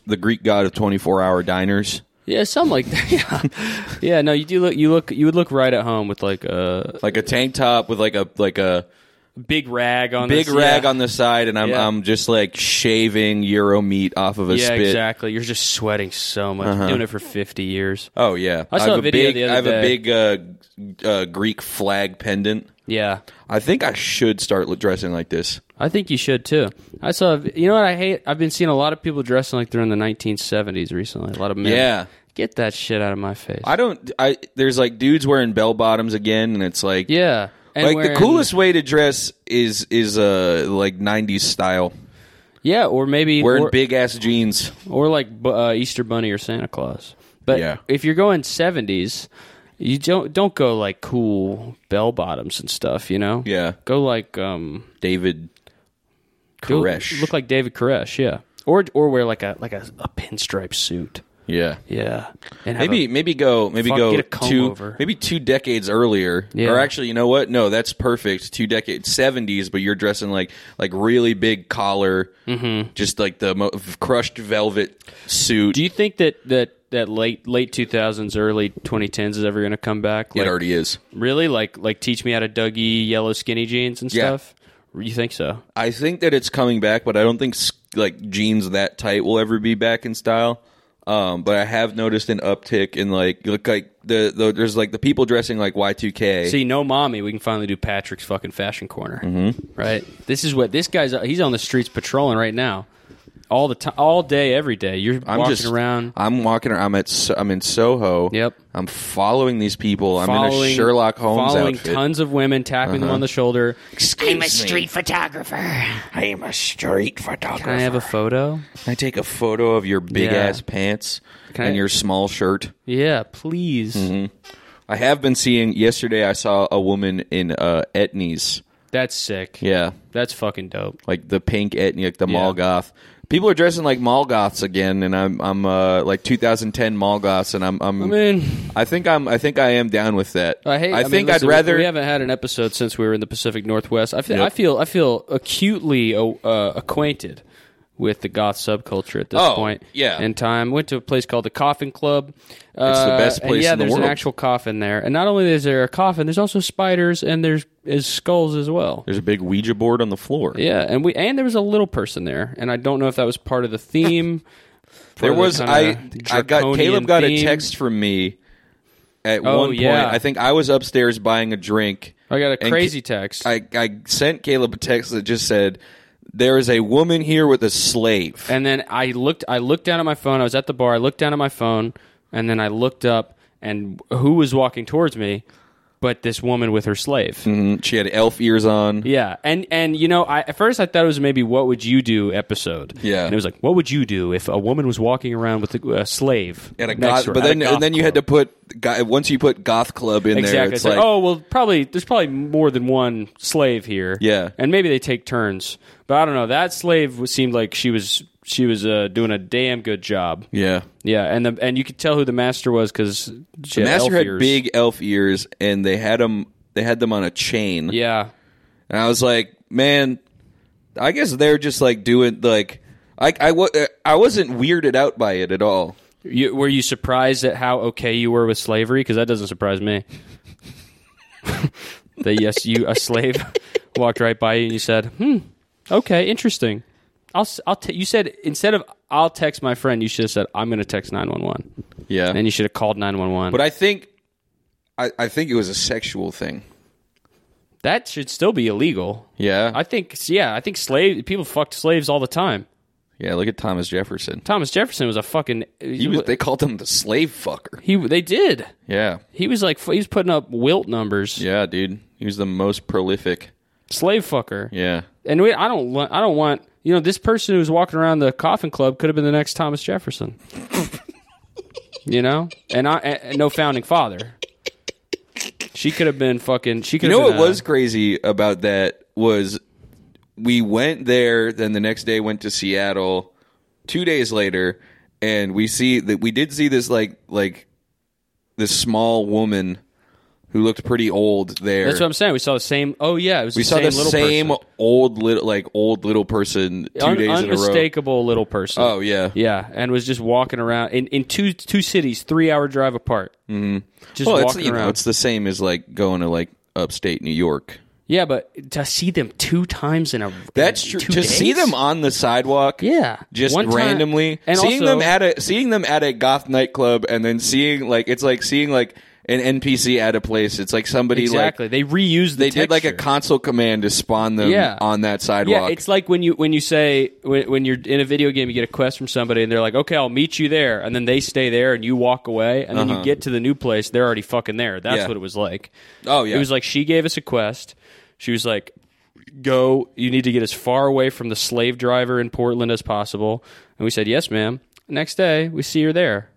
[SPEAKER 4] the Greek god of twenty four hour diners.
[SPEAKER 3] Yeah, something like that. Yeah, yeah. No, you do look. You look. You would look right at home with like a
[SPEAKER 4] Like a tank top with like a like a
[SPEAKER 3] big rag on.
[SPEAKER 4] big
[SPEAKER 3] this-
[SPEAKER 4] rag
[SPEAKER 3] yeah.
[SPEAKER 4] on the side, and I'm
[SPEAKER 3] Yeah.
[SPEAKER 4] I'm just like shaving Euro meat off of a
[SPEAKER 3] Yeah,
[SPEAKER 4] spit.
[SPEAKER 3] exactly. You're just sweating so much. You're doing it for 50 years.
[SPEAKER 4] Oh yeah,
[SPEAKER 3] I saw
[SPEAKER 4] have
[SPEAKER 3] a video
[SPEAKER 4] big,
[SPEAKER 3] the other
[SPEAKER 4] I have
[SPEAKER 3] day.
[SPEAKER 4] a big uh, uh, Greek flag pendant.
[SPEAKER 3] Yeah,
[SPEAKER 4] I think I should start lo- dressing like this.
[SPEAKER 3] I think you should too. I saw. You know what I hate? I've been seeing a lot of people dressing like they're in the 1970s recently. A lot of men.
[SPEAKER 4] Yeah.
[SPEAKER 3] Get that shit out of my face.
[SPEAKER 4] I don't. I there's like dudes wearing bell bottoms again, and it's like
[SPEAKER 3] yeah. And
[SPEAKER 4] like
[SPEAKER 3] wearing-
[SPEAKER 4] the coolest way to dress is is uh like '90s style,
[SPEAKER 3] Yeah, or maybe
[SPEAKER 4] wearing
[SPEAKER 3] or-
[SPEAKER 4] big ass jeans.
[SPEAKER 3] or like bu- uh, Easter Bunny or Santa Claus. But
[SPEAKER 4] Yeah.
[SPEAKER 3] if you're going seventies, you don't don't go like cool bell bottoms and stuff. You know,
[SPEAKER 4] Yeah.
[SPEAKER 3] go like um,
[SPEAKER 4] David
[SPEAKER 3] go-
[SPEAKER 4] Koresh.
[SPEAKER 3] look like David Koresh, yeah, or or wear like a like a, a pinstripe suit.
[SPEAKER 4] Yeah.
[SPEAKER 3] Yeah, and have
[SPEAKER 4] Maybe
[SPEAKER 3] a-
[SPEAKER 4] maybe go maybe
[SPEAKER 3] Fuck,
[SPEAKER 4] go
[SPEAKER 3] get a comb
[SPEAKER 4] two
[SPEAKER 3] over.
[SPEAKER 4] maybe two decades earlier.
[SPEAKER 3] Yeah.
[SPEAKER 4] Or actually, you know what? No, that's perfect. Two decades, seventies, but you're dressing like like really big collar, just like the mo- crushed velvet suit.
[SPEAKER 3] Mm-hmm. do you think that that that late late two thousands, early twenty tens is ever going to come back? Like,
[SPEAKER 4] it already is.
[SPEAKER 3] Really? Like like teach me how to Dougie yellow skinny jeans and
[SPEAKER 4] Yeah.
[SPEAKER 3] stuff? You think so?
[SPEAKER 4] I think that it's coming back, but I don't think s- like jeans that tight will ever be back in style. Um, but I have noticed an uptick in like look like the, the there's like the people dressing like Y two K.
[SPEAKER 3] See, no mommy, we can finally do Patrick's fucking fashion corner.
[SPEAKER 4] Mm-hmm.
[SPEAKER 3] Right? This is what this guy's he's on the streets patrolling right now. All the time, all day, every day. You're
[SPEAKER 4] I'm
[SPEAKER 3] walking
[SPEAKER 4] just
[SPEAKER 3] around.
[SPEAKER 4] I'm walking around. I'm at. So- I'm in Soho.
[SPEAKER 3] Yep.
[SPEAKER 4] I'm following these people. I'm in a
[SPEAKER 3] following-
[SPEAKER 4] Sherlock Holmes
[SPEAKER 3] following
[SPEAKER 4] outfit. Uh-huh.
[SPEAKER 3] tons of women, tapping them on the shoulder.
[SPEAKER 2] I'm a street photographer.
[SPEAKER 4] I'm a street
[SPEAKER 3] Can I
[SPEAKER 4] photographer.
[SPEAKER 3] have a photo?
[SPEAKER 4] I take a photo of your big
[SPEAKER 3] Yeah.
[SPEAKER 4] ass pants
[SPEAKER 3] Can
[SPEAKER 4] and
[SPEAKER 3] I-
[SPEAKER 4] your small shirt.
[SPEAKER 3] Yeah, please.
[SPEAKER 4] Mm-hmm. I have been seeing. Yesterday, I saw a woman in uh, Etnies.
[SPEAKER 3] That's sick.
[SPEAKER 4] Yeah,
[SPEAKER 3] That's fucking dope.
[SPEAKER 4] like the pink ethnic, like the
[SPEAKER 3] Yeah.
[SPEAKER 4] mall goth. People are dressing like mall goths again, and I'm I'm uh, like 2010 mall goths, and I'm I'm
[SPEAKER 3] I mean,
[SPEAKER 4] I think I'm I think I am down with that.
[SPEAKER 3] I hate. I, mean,
[SPEAKER 4] think I'd
[SPEAKER 3] listen, we-
[SPEAKER 4] rather
[SPEAKER 3] We haven't had an episode since we were in the Pacific Northwest. I feel.
[SPEAKER 4] Yep.
[SPEAKER 3] I feel. I feel acutely uh, acquainted with the goth subculture at this
[SPEAKER 4] Oh,
[SPEAKER 3] point.
[SPEAKER 4] yeah.
[SPEAKER 3] In time, went to a place called the Coffin Club. Uh,
[SPEAKER 4] It's the best
[SPEAKER 3] And
[SPEAKER 4] place
[SPEAKER 3] yeah,
[SPEAKER 4] in the
[SPEAKER 3] there's an
[SPEAKER 4] world.
[SPEAKER 3] actual coffin there, and not only is there a coffin, there's also spiders and there's is skulls as well.
[SPEAKER 4] there's a big Ouija board on the floor.
[SPEAKER 3] Yeah, and we and there was a little person there, and I don't know if that was part of the theme.
[SPEAKER 4] There
[SPEAKER 3] part of the
[SPEAKER 4] was I
[SPEAKER 3] kinda
[SPEAKER 4] I got
[SPEAKER 3] draconian
[SPEAKER 4] Caleb got a
[SPEAKER 3] theme.
[SPEAKER 4] text from me at
[SPEAKER 3] Oh,
[SPEAKER 4] one point.
[SPEAKER 3] yeah.
[SPEAKER 4] I think I was upstairs buying a drink.
[SPEAKER 3] I got a
[SPEAKER 4] and
[SPEAKER 3] crazy
[SPEAKER 4] Ca-
[SPEAKER 3] text.
[SPEAKER 4] I I sent Caleb a text that just said there is a woman here with a slave.
[SPEAKER 3] And then I looked I looked down at my phone. I was at the bar. I looked down at my phone and then I looked up and who was walking towards me but this woman with her slave.
[SPEAKER 4] And Mm-hmm. she had elf ears on.
[SPEAKER 3] Yeah. And and you know, I at first I thought it was maybe what would you do episode.
[SPEAKER 4] Yeah.
[SPEAKER 3] And it was like what would you do if a woman was walking around with a, a slave
[SPEAKER 4] At a
[SPEAKER 3] next
[SPEAKER 4] goth,
[SPEAKER 3] to her
[SPEAKER 4] but
[SPEAKER 3] at a
[SPEAKER 4] then
[SPEAKER 3] goth
[SPEAKER 4] and then you had to
[SPEAKER 3] club?
[SPEAKER 4] put go- once you put goth club in there,
[SPEAKER 3] Exactly.
[SPEAKER 4] it's
[SPEAKER 3] It's like,
[SPEAKER 4] like
[SPEAKER 3] oh well, probably there's probably more than one slave here.
[SPEAKER 4] Yeah.
[SPEAKER 3] and maybe they take turns. But I don't know. That slave was- seemed like she was she was uh, doing a damn good job.
[SPEAKER 4] yeah.
[SPEAKER 3] Yeah, and the and you could tell who the master was because
[SPEAKER 4] The master had big elf ears, and they had them they had them on a chain.
[SPEAKER 3] Yeah,
[SPEAKER 4] And I was like, man, I guess they're just like doing like I I, wa- uh, I wasn't weirded out by it at all.
[SPEAKER 3] you, were you surprised at how okay you were with slavery? Because that doesn't surprise me. that yes, you a slave walked right by you and you said, "Hmm, okay, interesting." I'll s- I'll t- you said instead of I'll text my friend, you should have said I'm going to text nine one one,
[SPEAKER 4] Yeah.
[SPEAKER 3] and you should have called nine one one.
[SPEAKER 4] but I think I, I think it was a sexual thing.
[SPEAKER 3] that should still be illegal.
[SPEAKER 4] Yeah.
[SPEAKER 3] I think yeah, I think slave people fucked slaves all the time.
[SPEAKER 4] yeah, look at Thomas Jefferson.
[SPEAKER 3] Thomas Jefferson was a fucking
[SPEAKER 4] He was, they called him the slave fucker.
[SPEAKER 3] He they did.
[SPEAKER 4] Yeah.
[SPEAKER 3] He was like he was putting up wilt numbers.
[SPEAKER 4] Yeah, dude. He was the most prolific.
[SPEAKER 3] Slave fucker.
[SPEAKER 4] Yeah.
[SPEAKER 3] And we, I don't lo- I don't want you know this person who was walking around the coffin club could have been the next Thomas Jefferson. you know, and I and no founding father. She could have been fucking. She could.
[SPEAKER 4] You know
[SPEAKER 3] have
[SPEAKER 4] what
[SPEAKER 3] been a-
[SPEAKER 4] was crazy about that was we went there, then the next day went to Seattle. Two days later, and we see that we did see this like like this small woman who looked pretty old there.
[SPEAKER 3] That's what I'm saying. We saw the same. Oh yeah, it was
[SPEAKER 4] we
[SPEAKER 3] the
[SPEAKER 4] saw
[SPEAKER 3] same
[SPEAKER 4] the
[SPEAKER 3] little
[SPEAKER 4] same
[SPEAKER 3] person.
[SPEAKER 4] old little like old little person two
[SPEAKER 3] Un-
[SPEAKER 4] days in a row.
[SPEAKER 3] unmistakable little person.
[SPEAKER 4] Oh yeah,
[SPEAKER 3] yeah, and was just walking around in, in two two cities, three hour drive apart. Mm-hmm. Just
[SPEAKER 4] Well, it's
[SPEAKER 3] walking
[SPEAKER 4] you
[SPEAKER 3] around.
[SPEAKER 4] know it's the same as like going to like upstate New York.
[SPEAKER 3] Yeah, but to see them two times in a
[SPEAKER 4] That's
[SPEAKER 3] in
[SPEAKER 4] true.
[SPEAKER 3] two
[SPEAKER 4] To
[SPEAKER 3] days?
[SPEAKER 4] see them on the sidewalk,
[SPEAKER 3] Yeah.
[SPEAKER 4] just
[SPEAKER 3] One time-
[SPEAKER 4] randomly.
[SPEAKER 3] and
[SPEAKER 4] seeing
[SPEAKER 3] also-
[SPEAKER 4] them at a seeing them at a goth nightclub, and then seeing like it's like seeing like an NPC at a place. It's like somebody
[SPEAKER 3] exactly,
[SPEAKER 4] like
[SPEAKER 3] they reused. The
[SPEAKER 4] they did like a
[SPEAKER 3] texture.
[SPEAKER 4] console command to spawn them
[SPEAKER 3] Yeah.
[SPEAKER 4] on that sidewalk.
[SPEAKER 3] Yeah, it's like when you when you say when, when you're in a video game, you get a quest from somebody, and they're like, "Okay, I'll meet you there," and then they stay there, and you walk away, and then you get to the new place, they're already fucking there. That's
[SPEAKER 4] Uh-huh. Yeah.
[SPEAKER 3] what it was like.
[SPEAKER 4] Oh, yeah.
[SPEAKER 3] it was like she gave us a quest. She was like, "Go, you need to get as far away from the slave driver in Portland as possible," and we said, "Yes, ma'am." Next day, we see her there,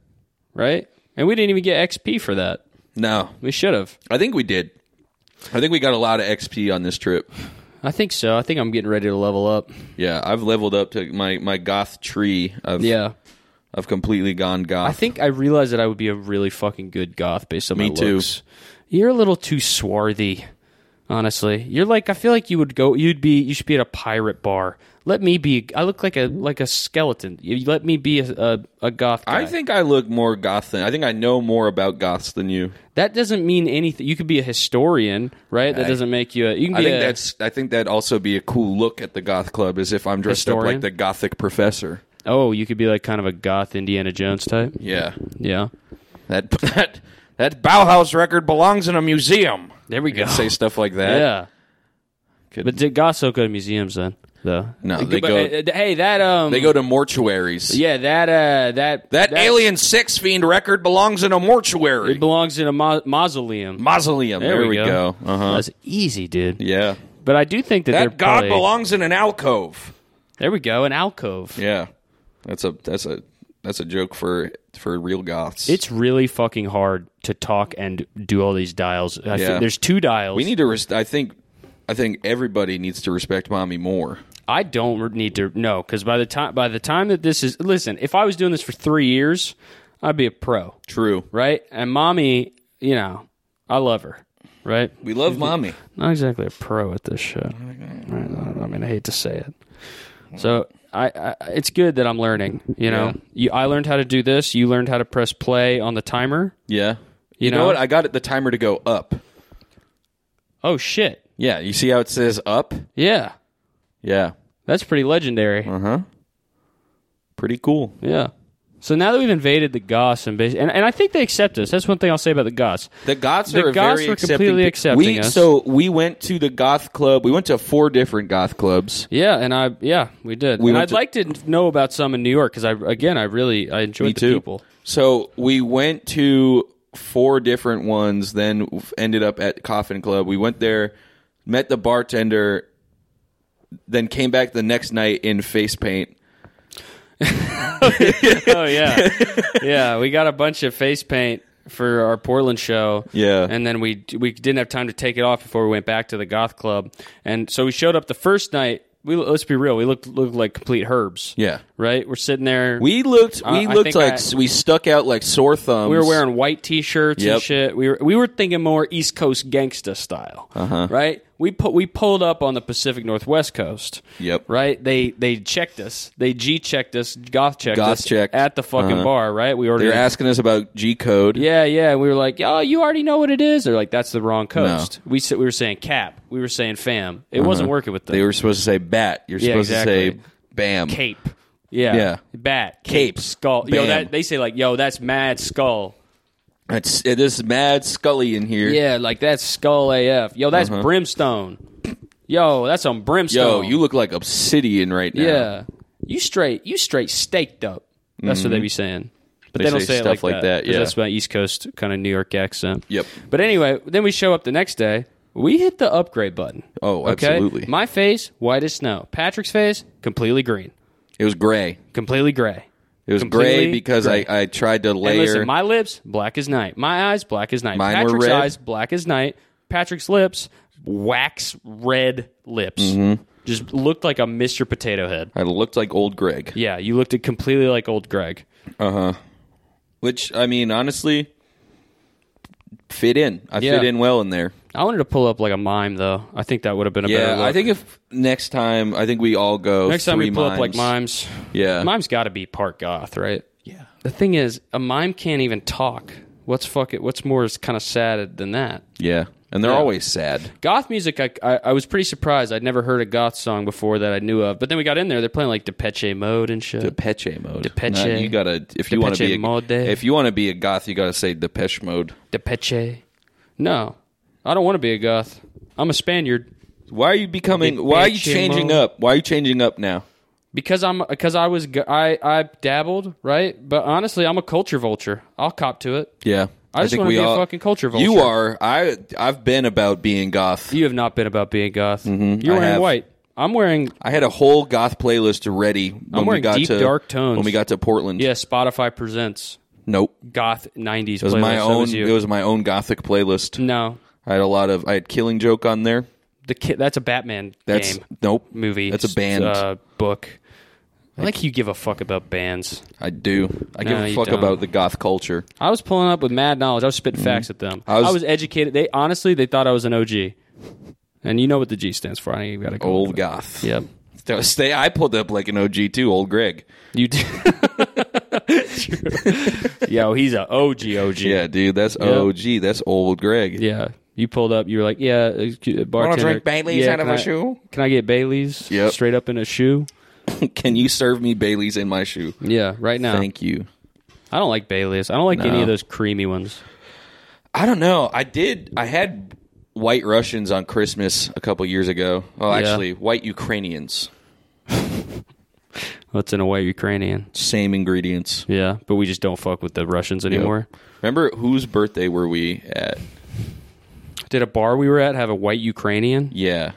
[SPEAKER 3] right? And we didn't even get XP for that.
[SPEAKER 4] no,
[SPEAKER 3] We should have.
[SPEAKER 4] I think we did. I think we got a lot of XP on this trip.
[SPEAKER 3] I think so. I think I'm getting ready to level up.
[SPEAKER 4] Yeah, I've leveled up to my my goth tree. I've,
[SPEAKER 3] Yeah.
[SPEAKER 4] I've completely gone goth.
[SPEAKER 3] I think I realized that I would be a really fucking good goth based on
[SPEAKER 4] Me
[SPEAKER 3] my
[SPEAKER 4] too.
[SPEAKER 3] looks. You're a little too swarthy, honestly. You're like I feel like you would go. You'd be. You should be at a pirate bar. Let me be. I look like a like a skeleton. You let me be a a, a goth. Guy.
[SPEAKER 4] I think I look more goth than I think I know more about goths than you.
[SPEAKER 3] that doesn't mean anything. You could be a historian, right? That doesn't make you. a You can be
[SPEAKER 4] I think
[SPEAKER 3] a,
[SPEAKER 4] that's I think that'd also be a cool look at the goth club is if I'm dressed up
[SPEAKER 3] Historian?
[SPEAKER 4] like the gothic professor.
[SPEAKER 3] Oh, you could be like kind of a goth Indiana Jones type.
[SPEAKER 4] Yeah.
[SPEAKER 3] Yeah.
[SPEAKER 4] That that that Bauhaus record belongs in a museum.
[SPEAKER 3] There we go.
[SPEAKER 4] Say stuff like that.
[SPEAKER 3] yeah.
[SPEAKER 4] Could-
[SPEAKER 3] But did goths don't go to museums then? Though.
[SPEAKER 4] No, they
[SPEAKER 3] But,
[SPEAKER 4] go-
[SPEAKER 3] uh, uh, hey, that um.
[SPEAKER 4] They go to mortuaries.
[SPEAKER 3] Yeah, that uh, that
[SPEAKER 4] That
[SPEAKER 3] that's-
[SPEAKER 4] Alien Sex Fiend record belongs in a mortuary.
[SPEAKER 3] It belongs in a mau- mausoleum.
[SPEAKER 4] Mausoleum. There, we go. Uh-huh.
[SPEAKER 3] That's easy, dude.
[SPEAKER 4] Yeah.
[SPEAKER 3] But I do think that, they're
[SPEAKER 4] That god
[SPEAKER 3] probably-
[SPEAKER 4] belongs in an alcove.
[SPEAKER 3] There we go, an alcove.
[SPEAKER 4] Yeah. That's a that's a that's a joke for for real goths.
[SPEAKER 3] It's really fucking hard to talk and do all these dials. I
[SPEAKER 4] Yeah.
[SPEAKER 3] think there's two dials.
[SPEAKER 4] we need to res- I think I think everybody needs to respect mommy more.
[SPEAKER 3] I don't re- need to no, because by the time by the time that this is listen, if I was doing this for three years, I'd be a pro,
[SPEAKER 4] True.
[SPEAKER 3] right? And mommy, you know, I love her, right?
[SPEAKER 4] We love mommy.
[SPEAKER 3] not exactly a pro at this shit. I mean, I hate to say it. So I, I it's good that I'm learning. You know, you, I learned how to do this. You learned how to press play on the timer.
[SPEAKER 4] Yeah. You,
[SPEAKER 3] You
[SPEAKER 4] know,
[SPEAKER 3] know?
[SPEAKER 4] what? I got it the timer to go up.
[SPEAKER 3] Oh shit!
[SPEAKER 4] Yeah, you see how it says up?
[SPEAKER 3] Yeah,
[SPEAKER 4] Yeah. Uh-huh.
[SPEAKER 3] that's pretty legendary.
[SPEAKER 4] Pretty cool.
[SPEAKER 3] Yeah. So now that we've invaded the Goss and bas- and, and I think they accept us. That's one thing I'll say about the Goss.
[SPEAKER 4] The goths
[SPEAKER 3] The
[SPEAKER 4] are a
[SPEAKER 3] goths
[SPEAKER 4] very
[SPEAKER 3] were
[SPEAKER 4] accepting
[SPEAKER 3] completely
[SPEAKER 4] pe-
[SPEAKER 3] accepting
[SPEAKER 4] we,
[SPEAKER 3] us.
[SPEAKER 4] So we went to the goth club. We went to four different goth clubs.
[SPEAKER 3] Yeah, and I yeah we did.
[SPEAKER 4] We
[SPEAKER 3] and
[SPEAKER 4] went
[SPEAKER 3] I'd
[SPEAKER 4] to-
[SPEAKER 3] like to know about some in New York because I again I really I enjoyed the people.
[SPEAKER 4] So we went to four different ones. Then ended up at Coffin Club. We went there, met the bartender, then came back the next night in face paint.
[SPEAKER 3] Oh yeah, yeah. We got a bunch of face paint for our Portland show.
[SPEAKER 4] Yeah.
[SPEAKER 3] and then we we didn't have time to take it off before we went back to the goth club, and so we showed up the first night. We let's be real, we looked looked like complete herbs.
[SPEAKER 4] Yeah.
[SPEAKER 3] right. We're sitting there.
[SPEAKER 4] We looked.
[SPEAKER 3] I-
[SPEAKER 4] We
[SPEAKER 3] Uh, I
[SPEAKER 4] looked
[SPEAKER 3] think
[SPEAKER 4] like
[SPEAKER 3] I-
[SPEAKER 4] s- we stuck out like sore thumbs.
[SPEAKER 3] we were wearing white t-shirts
[SPEAKER 4] Yep.
[SPEAKER 3] and shit. We were we were thinking more East Coast gangsta style,
[SPEAKER 4] Uh-huh.
[SPEAKER 3] right? We put we pulled up on the Pacific Northwest coast.
[SPEAKER 4] Yep.
[SPEAKER 3] Right? They they checked us. They G checked us. Goth checked
[SPEAKER 4] Goth
[SPEAKER 3] us
[SPEAKER 4] checked.
[SPEAKER 3] at the fucking
[SPEAKER 4] Uh-huh.
[SPEAKER 3] bar. Right? We ordered
[SPEAKER 4] They're asking us about G code.
[SPEAKER 3] Yeah, yeah. We were like, oh, you already know what it is. They're like, that's the wrong coast. We said we were saying cap. We were saying fam. It wasn't working with them.
[SPEAKER 4] Uh-huh. They were supposed to say bat. You're supposed to
[SPEAKER 3] exactly.
[SPEAKER 4] say bam.
[SPEAKER 3] cape. Yeah.
[SPEAKER 4] Yeah.
[SPEAKER 3] Bat.
[SPEAKER 4] Cape.
[SPEAKER 3] Cape. Skull. Yo,
[SPEAKER 4] Bam.
[SPEAKER 3] that they say like, yo, that's mad skull.
[SPEAKER 4] It's it eh, is mad Scully in here.
[SPEAKER 3] Yeah, like that's skull AF. Yo, that's brimstone. Yo, that's on
[SPEAKER 4] Uh-huh. Yo,
[SPEAKER 3] brimstone.
[SPEAKER 4] you look like obsidian right now.
[SPEAKER 3] Yeah. You straight you straight staked up. That's what they be saying. But
[SPEAKER 4] Mm-hmm. They
[SPEAKER 3] they, don't
[SPEAKER 4] say
[SPEAKER 3] say, it
[SPEAKER 4] stuff
[SPEAKER 3] like,
[SPEAKER 4] like that,
[SPEAKER 3] 'cause
[SPEAKER 4] yeah.
[SPEAKER 3] That's my East Coast kind of New York accent.
[SPEAKER 4] Yep.
[SPEAKER 3] But anyway, then we show up the next day. We hit the upgrade button.
[SPEAKER 4] Oh,
[SPEAKER 3] Okay?
[SPEAKER 4] absolutely.
[SPEAKER 3] My face, white as snow. Patrick's face, completely green.
[SPEAKER 4] It was gray.
[SPEAKER 3] Completely gray.
[SPEAKER 4] It was gray
[SPEAKER 3] Completely
[SPEAKER 4] because
[SPEAKER 3] gray.
[SPEAKER 4] I, I tried to
[SPEAKER 3] And
[SPEAKER 4] layer.
[SPEAKER 3] listen, my lips, black as night. My eyes, black as night.
[SPEAKER 4] Mine were
[SPEAKER 3] Patrick's
[SPEAKER 4] red.
[SPEAKER 3] eyes, black as night. Patrick's lips, wax red lips.
[SPEAKER 4] Mm-hmm.
[SPEAKER 3] Just looked like a Mr. Potato Head.
[SPEAKER 4] I looked like old Greg.
[SPEAKER 3] Yeah, you looked completely like old Greg.
[SPEAKER 4] Which I mean, honestly, fit in. I
[SPEAKER 3] Yeah.
[SPEAKER 4] fit in well in there.
[SPEAKER 3] I wanted to pull up like a mime though. I think that would have been a better
[SPEAKER 4] Yeah,
[SPEAKER 3] look.
[SPEAKER 4] I think if next time, I think we all go.
[SPEAKER 3] next time we
[SPEAKER 4] three
[SPEAKER 3] pull up like
[SPEAKER 4] mimes.
[SPEAKER 3] mimes.
[SPEAKER 4] Yeah.
[SPEAKER 3] Mime's got to be part goth, right? Yeah. The thing is, a mime can't even talk. What's fuck it? What's more is kind of sad than that.
[SPEAKER 4] Yeah, and they're
[SPEAKER 3] Yeah.
[SPEAKER 4] always sad.
[SPEAKER 3] Goth music, I, I, I was pretty surprised. I'd never heard a goth song before that I knew of. But then we got in there, they're playing like Depeche Mode and shit.
[SPEAKER 4] Depeche mode.
[SPEAKER 3] Depeche.
[SPEAKER 4] Nah, you gotta if you want to
[SPEAKER 3] Depeche
[SPEAKER 4] be a,
[SPEAKER 3] mode.
[SPEAKER 4] if you want to be a goth, you gotta say Depeche mode.
[SPEAKER 3] Depeche. No, I don't want to be a goth. I'm a Spaniard
[SPEAKER 4] Why are you becoming? why are you
[SPEAKER 3] Depeche
[SPEAKER 4] changing
[SPEAKER 3] Mode.
[SPEAKER 4] up? Why are you changing up now?
[SPEAKER 3] because I'm because I was go- I I dabbled right, but honestly, I'm a culture vulture. I'll cop to it.
[SPEAKER 4] Yeah,
[SPEAKER 3] I just
[SPEAKER 4] think
[SPEAKER 3] wanna
[SPEAKER 4] we
[SPEAKER 3] be a
[SPEAKER 4] all-
[SPEAKER 3] fucking culture
[SPEAKER 4] You
[SPEAKER 3] vulture.
[SPEAKER 4] are. I I've been about being goth.
[SPEAKER 3] You have not been about being goth. You're
[SPEAKER 4] Mm-hmm. I
[SPEAKER 3] wearing
[SPEAKER 4] have.
[SPEAKER 3] white. I'm wearing
[SPEAKER 4] I had a whole goth playlist ready when we
[SPEAKER 3] wearing
[SPEAKER 4] got
[SPEAKER 3] deep,
[SPEAKER 4] to
[SPEAKER 3] dark tones.
[SPEAKER 4] when we got to Portland.
[SPEAKER 3] yeah. Spotify presents
[SPEAKER 4] Nope. It
[SPEAKER 3] goth '90s.
[SPEAKER 4] was
[SPEAKER 3] playlist.
[SPEAKER 4] my
[SPEAKER 3] That
[SPEAKER 4] own.
[SPEAKER 3] was you.
[SPEAKER 4] it was my own gothic playlist.
[SPEAKER 3] no.
[SPEAKER 4] I had a lot of. I had Killing Joke on there.
[SPEAKER 3] The kid. That's a Batman
[SPEAKER 4] That's
[SPEAKER 3] game
[SPEAKER 4] nope
[SPEAKER 3] movie.
[SPEAKER 4] That's a band.
[SPEAKER 3] uh, book. I think you give a fuck about bands.
[SPEAKER 4] I do. I give
[SPEAKER 3] No,
[SPEAKER 4] a
[SPEAKER 3] you
[SPEAKER 4] fuck
[SPEAKER 3] don't.
[SPEAKER 4] about the goth culture.
[SPEAKER 3] I was pulling up with mad knowledge. I was spitting facts at them. I
[SPEAKER 4] Mm-hmm. I
[SPEAKER 3] was,
[SPEAKER 4] was-
[SPEAKER 3] educated. They honestly, they thought I was an OG, and you know what the G stands for. I ain't got to go.
[SPEAKER 4] Old
[SPEAKER 3] over it.
[SPEAKER 4] goth.
[SPEAKER 3] Yep,
[SPEAKER 4] That was- they- I pulled up like an OG too, old Greg.
[SPEAKER 3] you do. Yo, he's a OG OG.
[SPEAKER 4] Yeah, dude, that's OG. That's old Greg.
[SPEAKER 3] Yeah. You pulled up. You were like, "Yeah, uh, bartender. Want
[SPEAKER 4] drink Baileys out of
[SPEAKER 3] my
[SPEAKER 4] a shoe?
[SPEAKER 3] Can I get Bailey's?
[SPEAKER 4] Yep.
[SPEAKER 3] Straight up in a shoe.
[SPEAKER 4] Can you serve me Bailey's in my shoe?
[SPEAKER 3] Yeah, right now.
[SPEAKER 4] Thank you.
[SPEAKER 3] I don't like Bailey's. I don't like any
[SPEAKER 4] No.
[SPEAKER 3] of those creamy ones.
[SPEAKER 4] I don't know. I did. I had white Russians on Christmas a couple years ago. Well,
[SPEAKER 3] Yeah.
[SPEAKER 4] actually, white Ukrainians.
[SPEAKER 3] That's in a way Ukrainian.
[SPEAKER 4] Same ingredients.
[SPEAKER 3] Yeah, but we just don't fuck with the Russians anymore.
[SPEAKER 4] Remember whose birthday were we at?
[SPEAKER 3] Did a bar we were at have a white Ukrainian?
[SPEAKER 4] Yeah,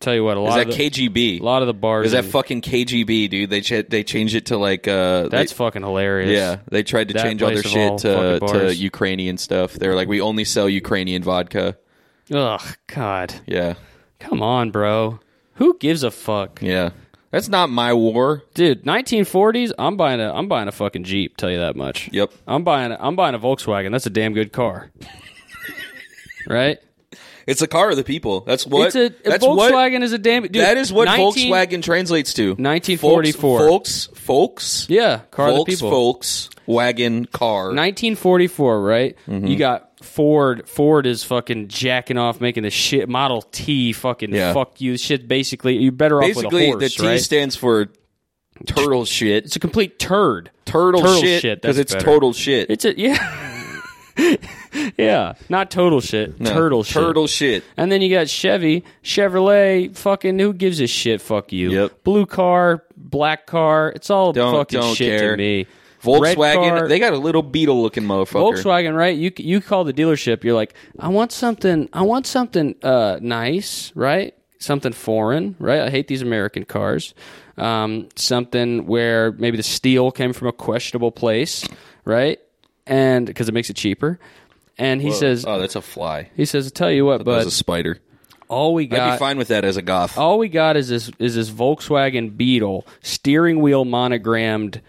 [SPEAKER 3] tell you what, a
[SPEAKER 4] is
[SPEAKER 3] lot
[SPEAKER 4] that
[SPEAKER 3] of the,
[SPEAKER 4] KGB?
[SPEAKER 3] a lot of the bars
[SPEAKER 4] Is that
[SPEAKER 3] in-
[SPEAKER 4] fucking KGB, dude? They ch- they changed it to like uh.
[SPEAKER 3] That's
[SPEAKER 4] they,
[SPEAKER 3] fucking hilarious.
[SPEAKER 4] yeah. They tried to
[SPEAKER 3] that
[SPEAKER 4] change all their
[SPEAKER 3] place of
[SPEAKER 4] shit
[SPEAKER 3] all
[SPEAKER 4] to
[SPEAKER 3] fucking
[SPEAKER 4] to
[SPEAKER 3] bars.
[SPEAKER 4] Ukrainian stuff. They're like, we only sell Ukrainian vodka.
[SPEAKER 3] Ugh, God.
[SPEAKER 4] Yeah,
[SPEAKER 3] Come on, bro. Who gives a fuck?
[SPEAKER 4] yeah. That's not my war.
[SPEAKER 3] Dude, 1940s, I'm buying a I'm buying a fucking Jeep, tell you that much.
[SPEAKER 4] Yep.
[SPEAKER 3] I'm buying a, I'm buying a Volkswagen. That's a damn good car. right?
[SPEAKER 4] It's a car of the people. That's what.
[SPEAKER 3] It's a, a
[SPEAKER 4] that's what-
[SPEAKER 3] Volkswagen is a damn dude,
[SPEAKER 4] that is what
[SPEAKER 3] 19
[SPEAKER 4] Volkswagen translates to.
[SPEAKER 3] 1944.
[SPEAKER 4] Folks, folks.
[SPEAKER 3] Yeah, car of the
[SPEAKER 4] Volks,
[SPEAKER 3] people.
[SPEAKER 4] folks, wagon, car.
[SPEAKER 3] 1944, right?
[SPEAKER 4] Mm-hmm.
[SPEAKER 3] You got Ford. Ford is fucking jacking off, making the shit Model T. Fucking
[SPEAKER 4] Yeah.
[SPEAKER 3] fuck you. Shit. Basically, you're better
[SPEAKER 4] Basically,
[SPEAKER 3] off with a horse,
[SPEAKER 4] the T
[SPEAKER 3] right?
[SPEAKER 4] stands for turtle shit.
[SPEAKER 3] it's a complete turd.
[SPEAKER 4] Turtle, shit
[SPEAKER 3] that's
[SPEAKER 4] because it's
[SPEAKER 3] better.
[SPEAKER 4] total shit.
[SPEAKER 3] It's a yeah, yeah. Not total shit.
[SPEAKER 4] No,
[SPEAKER 3] Turtle shit.
[SPEAKER 4] Turtle shit.
[SPEAKER 3] And then you got Chevy, Chevrolet, fucking who gives a shit? Fuck you.
[SPEAKER 4] Yep.
[SPEAKER 3] Blue car, black car, it's all
[SPEAKER 4] Don't-
[SPEAKER 3] fucking
[SPEAKER 4] don't
[SPEAKER 3] shit to
[SPEAKER 4] care.
[SPEAKER 3] me. Red
[SPEAKER 4] Volkswagen.
[SPEAKER 3] car-
[SPEAKER 4] they got a little beetle looking motherfucker.
[SPEAKER 3] Volkswagen, right? You you call the dealership. You're like, I want something. I want something uh, nice, right? Something foreign, right? I hate these American cars. Um, something where maybe the steel came from a questionable place, right? And because it makes it cheaper. And he says,
[SPEAKER 4] "Oh, that's a fly.
[SPEAKER 3] he says, tell you what,
[SPEAKER 4] That's
[SPEAKER 3] bud.
[SPEAKER 4] a spider."
[SPEAKER 3] all we
[SPEAKER 4] I'd
[SPEAKER 3] got,
[SPEAKER 4] be fine with that as a goth.
[SPEAKER 3] all we got is this is this Volkswagen Beetle steering wheel monogrammed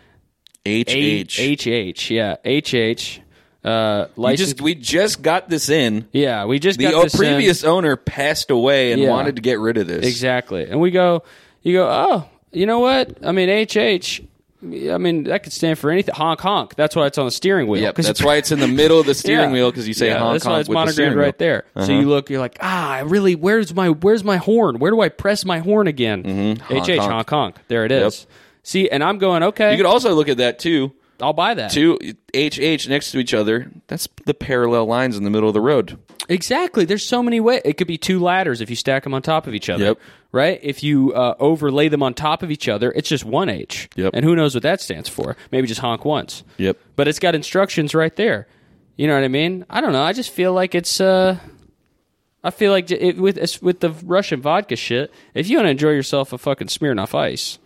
[SPEAKER 4] H
[SPEAKER 3] A-
[SPEAKER 4] H. We
[SPEAKER 3] HH, yeah, HH. Uh, license
[SPEAKER 4] just we just got this in.
[SPEAKER 3] Yeah, we just
[SPEAKER 4] The
[SPEAKER 3] got
[SPEAKER 4] uh,
[SPEAKER 3] this in-
[SPEAKER 4] previous owner passed away and
[SPEAKER 3] Yeah.
[SPEAKER 4] wanted to get rid of this.
[SPEAKER 3] exactly, and we go, you go, oh, you know what? I mean, HH. I mean, that could stand for anything. Honk honk. That's why it's on the steering wheel.
[SPEAKER 4] Yep,
[SPEAKER 3] 'Cause
[SPEAKER 4] that's why it's in the middle of the steering
[SPEAKER 3] Yeah.
[SPEAKER 4] wheel because you say
[SPEAKER 3] Yeah,
[SPEAKER 4] Hong
[SPEAKER 3] that's
[SPEAKER 4] Kong
[SPEAKER 3] why it's
[SPEAKER 4] with the
[SPEAKER 3] monogrammed
[SPEAKER 4] steering Uh-huh.
[SPEAKER 3] right there. So you look, you're like, ah, I really, where's my, where's my horn? Where do I press my horn again?
[SPEAKER 4] Mm-hmm. Honk,
[SPEAKER 3] HH
[SPEAKER 4] honk.
[SPEAKER 3] honk honk. There it is. See, and I'm going, okay,
[SPEAKER 4] You could also look at that too.
[SPEAKER 3] I'll buy that.
[SPEAKER 4] Two HH next to each other. That's the parallel lines in the middle of the road.
[SPEAKER 3] Exactly. There's so many ways. It could be two ladders if you stack them on top of each other.
[SPEAKER 4] Yep.
[SPEAKER 3] Right? If you uh, overlay them on top of each other, it's just one H.
[SPEAKER 4] Yep.
[SPEAKER 3] And who knows what that stands for? Maybe just honk once.
[SPEAKER 4] Yep.
[SPEAKER 3] But it's got instructions right there. You know what I mean? I don't know. I just feel like it's. Uh, I feel like j- it, with it's- with the Russian vodka shit. If you want to enjoy yourself a fucking Smirnoff Ice,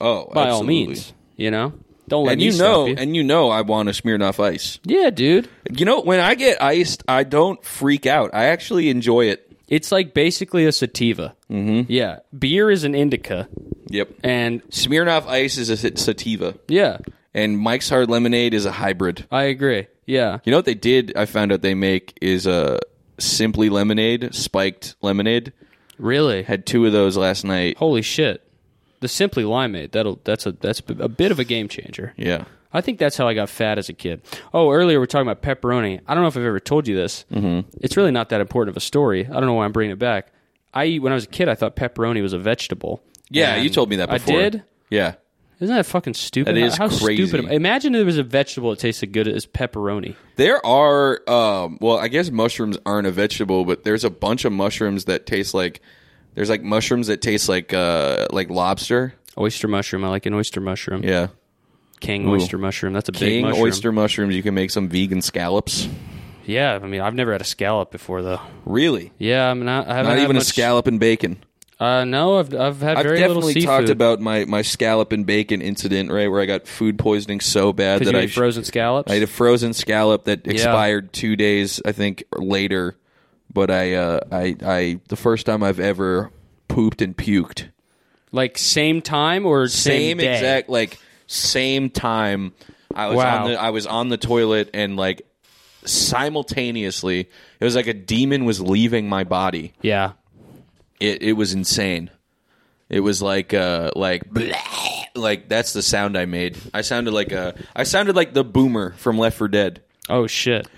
[SPEAKER 4] Oh,
[SPEAKER 3] by all
[SPEAKER 4] absolutely.
[SPEAKER 3] means, you know, don't let
[SPEAKER 4] And
[SPEAKER 3] me
[SPEAKER 4] you
[SPEAKER 3] stop
[SPEAKER 4] know,
[SPEAKER 3] you.
[SPEAKER 4] and you know, I want a Smirnoff Ice.
[SPEAKER 3] yeah, dude.
[SPEAKER 4] You know, when I get iced, I don't freak out. I actually enjoy it.
[SPEAKER 3] It's like basically a sativa. Mm-hmm. Yeah, beer is an indica,
[SPEAKER 4] Yep.
[SPEAKER 3] and
[SPEAKER 4] Smirnoff Ice is a sat- sativa,
[SPEAKER 3] Yeah,
[SPEAKER 4] and Mike's Hard Lemonade is a hybrid.
[SPEAKER 3] I agree. Yeah.
[SPEAKER 4] You know what they did? I found out they make is a simply lemonade, spiked lemonade.
[SPEAKER 3] Really?
[SPEAKER 4] Had two of those last night.
[SPEAKER 3] Holy shit. The Simply Limeade, that'll that's a that's a bit of a game changer.
[SPEAKER 4] Yeah.
[SPEAKER 3] I think that's how I got fat as a kid. Oh, earlier we are talking about pepperoni. I don't know if I've ever told you this. Mm-hmm. It's really not that important of a story. I don't know why I'm bringing it back. I when I was a kid, I thought pepperoni was a vegetable.
[SPEAKER 4] Yeah,
[SPEAKER 3] And
[SPEAKER 4] you told me that
[SPEAKER 3] I
[SPEAKER 4] before.
[SPEAKER 3] did?
[SPEAKER 4] Yeah.
[SPEAKER 3] Isn't that fucking stupid?
[SPEAKER 4] That is
[SPEAKER 3] how,
[SPEAKER 4] crazy.
[SPEAKER 3] stupid! am I? Imagine if there was a vegetable that tasted good as pepperoni.
[SPEAKER 4] There are um well, I guess mushrooms aren't a vegetable, but there's a bunch of mushrooms that taste like there's like mushrooms that taste like uh like lobster.
[SPEAKER 3] Oyster mushroom. I like an oyster mushroom.
[SPEAKER 4] Yeah.
[SPEAKER 3] King oyster mushroom. That's a big
[SPEAKER 4] King
[SPEAKER 3] mushroom.
[SPEAKER 4] oyster mushrooms, you can make some vegan scallops.
[SPEAKER 3] Yeah, I mean, I've never had a scallop before though.
[SPEAKER 4] Really?
[SPEAKER 3] Yeah, I'm not. I haven't
[SPEAKER 4] Not
[SPEAKER 3] had
[SPEAKER 4] even
[SPEAKER 3] much,
[SPEAKER 4] a scallop and bacon.
[SPEAKER 3] Uh, no, I've I've had
[SPEAKER 4] I've
[SPEAKER 3] very little
[SPEAKER 4] definitely
[SPEAKER 3] seafood.
[SPEAKER 4] talked about my, my scallop and bacon incident, right, where I got food poisoning so bad
[SPEAKER 3] 'Cause
[SPEAKER 4] that
[SPEAKER 3] you
[SPEAKER 4] I
[SPEAKER 3] ate
[SPEAKER 4] sh-
[SPEAKER 3] frozen scallops.
[SPEAKER 4] I ate a frozen scallop that expired two days, I think, later. But I, uh, I, I, the first time I've ever pooped and puked.
[SPEAKER 3] Like same time or
[SPEAKER 4] same,
[SPEAKER 3] same, day?
[SPEAKER 4] exact like same time I was
[SPEAKER 3] Wow.
[SPEAKER 4] on the I was on the toilet and like simultaneously it was like a demon was leaving my body.
[SPEAKER 3] Yeah.
[SPEAKER 4] It it was insane. It was like uh like bleh, like that's the sound I made. I sounded like a I sounded like the boomer from Left 4 Dead.
[SPEAKER 3] Oh shit.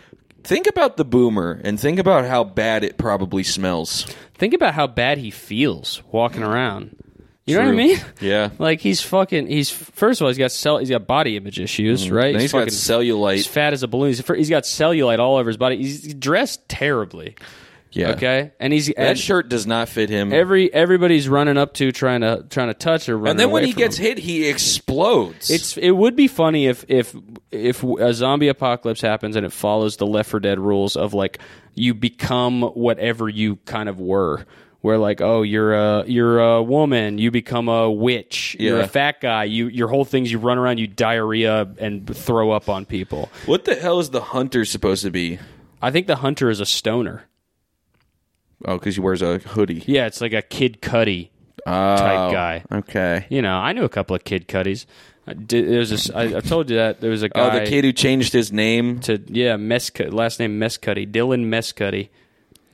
[SPEAKER 4] Think about the boomer and think about how bad it probably smells.
[SPEAKER 3] Think about how bad he feels walking around. You know what I
[SPEAKER 4] True.
[SPEAKER 3] mean?
[SPEAKER 4] Yeah.
[SPEAKER 3] Like he's fucking. He's first of all, he's got cell. He's got body image issues, right?
[SPEAKER 4] Mm. And he's got
[SPEAKER 3] fucking- He's
[SPEAKER 4] cellulite.
[SPEAKER 3] fat as a balloon. He's, he's got cellulite all over his body. He's dressed terribly.
[SPEAKER 4] Yeah.
[SPEAKER 3] Okay, and he's
[SPEAKER 4] That
[SPEAKER 3] and
[SPEAKER 4] shirt does not fit him.
[SPEAKER 3] every everybody's running up to trying to trying to touch or running.
[SPEAKER 4] and then when
[SPEAKER 3] away
[SPEAKER 4] he
[SPEAKER 3] from
[SPEAKER 4] gets
[SPEAKER 3] him.
[SPEAKER 4] hit, he explodes.
[SPEAKER 3] it's it would be funny if if if a zombie apocalypse happens and it follows the Left 4 Dead rules of like you become whatever you kind of were. Where like oh you're a you're a woman you become a witch you're
[SPEAKER 4] Yeah.
[SPEAKER 3] a fat guy you your whole thing's you run around you diarrhea and throw up on people
[SPEAKER 4] What the hell is the hunter supposed to be?
[SPEAKER 3] I think the hunter is a stoner
[SPEAKER 4] Oh, because he wears a hoodie.
[SPEAKER 3] yeah it's like a Kid Cudi
[SPEAKER 4] Oh.
[SPEAKER 3] type guy
[SPEAKER 4] Okay.
[SPEAKER 3] You know, I knew a couple of Kid Cuddies. Uh, I did, there was this. I, I told you that there was a
[SPEAKER 4] Oh,
[SPEAKER 3] guy
[SPEAKER 4] the kid who changed his name.
[SPEAKER 3] to yeah, Mess last name Mess Cuddy, Dylan Mess Cuddy.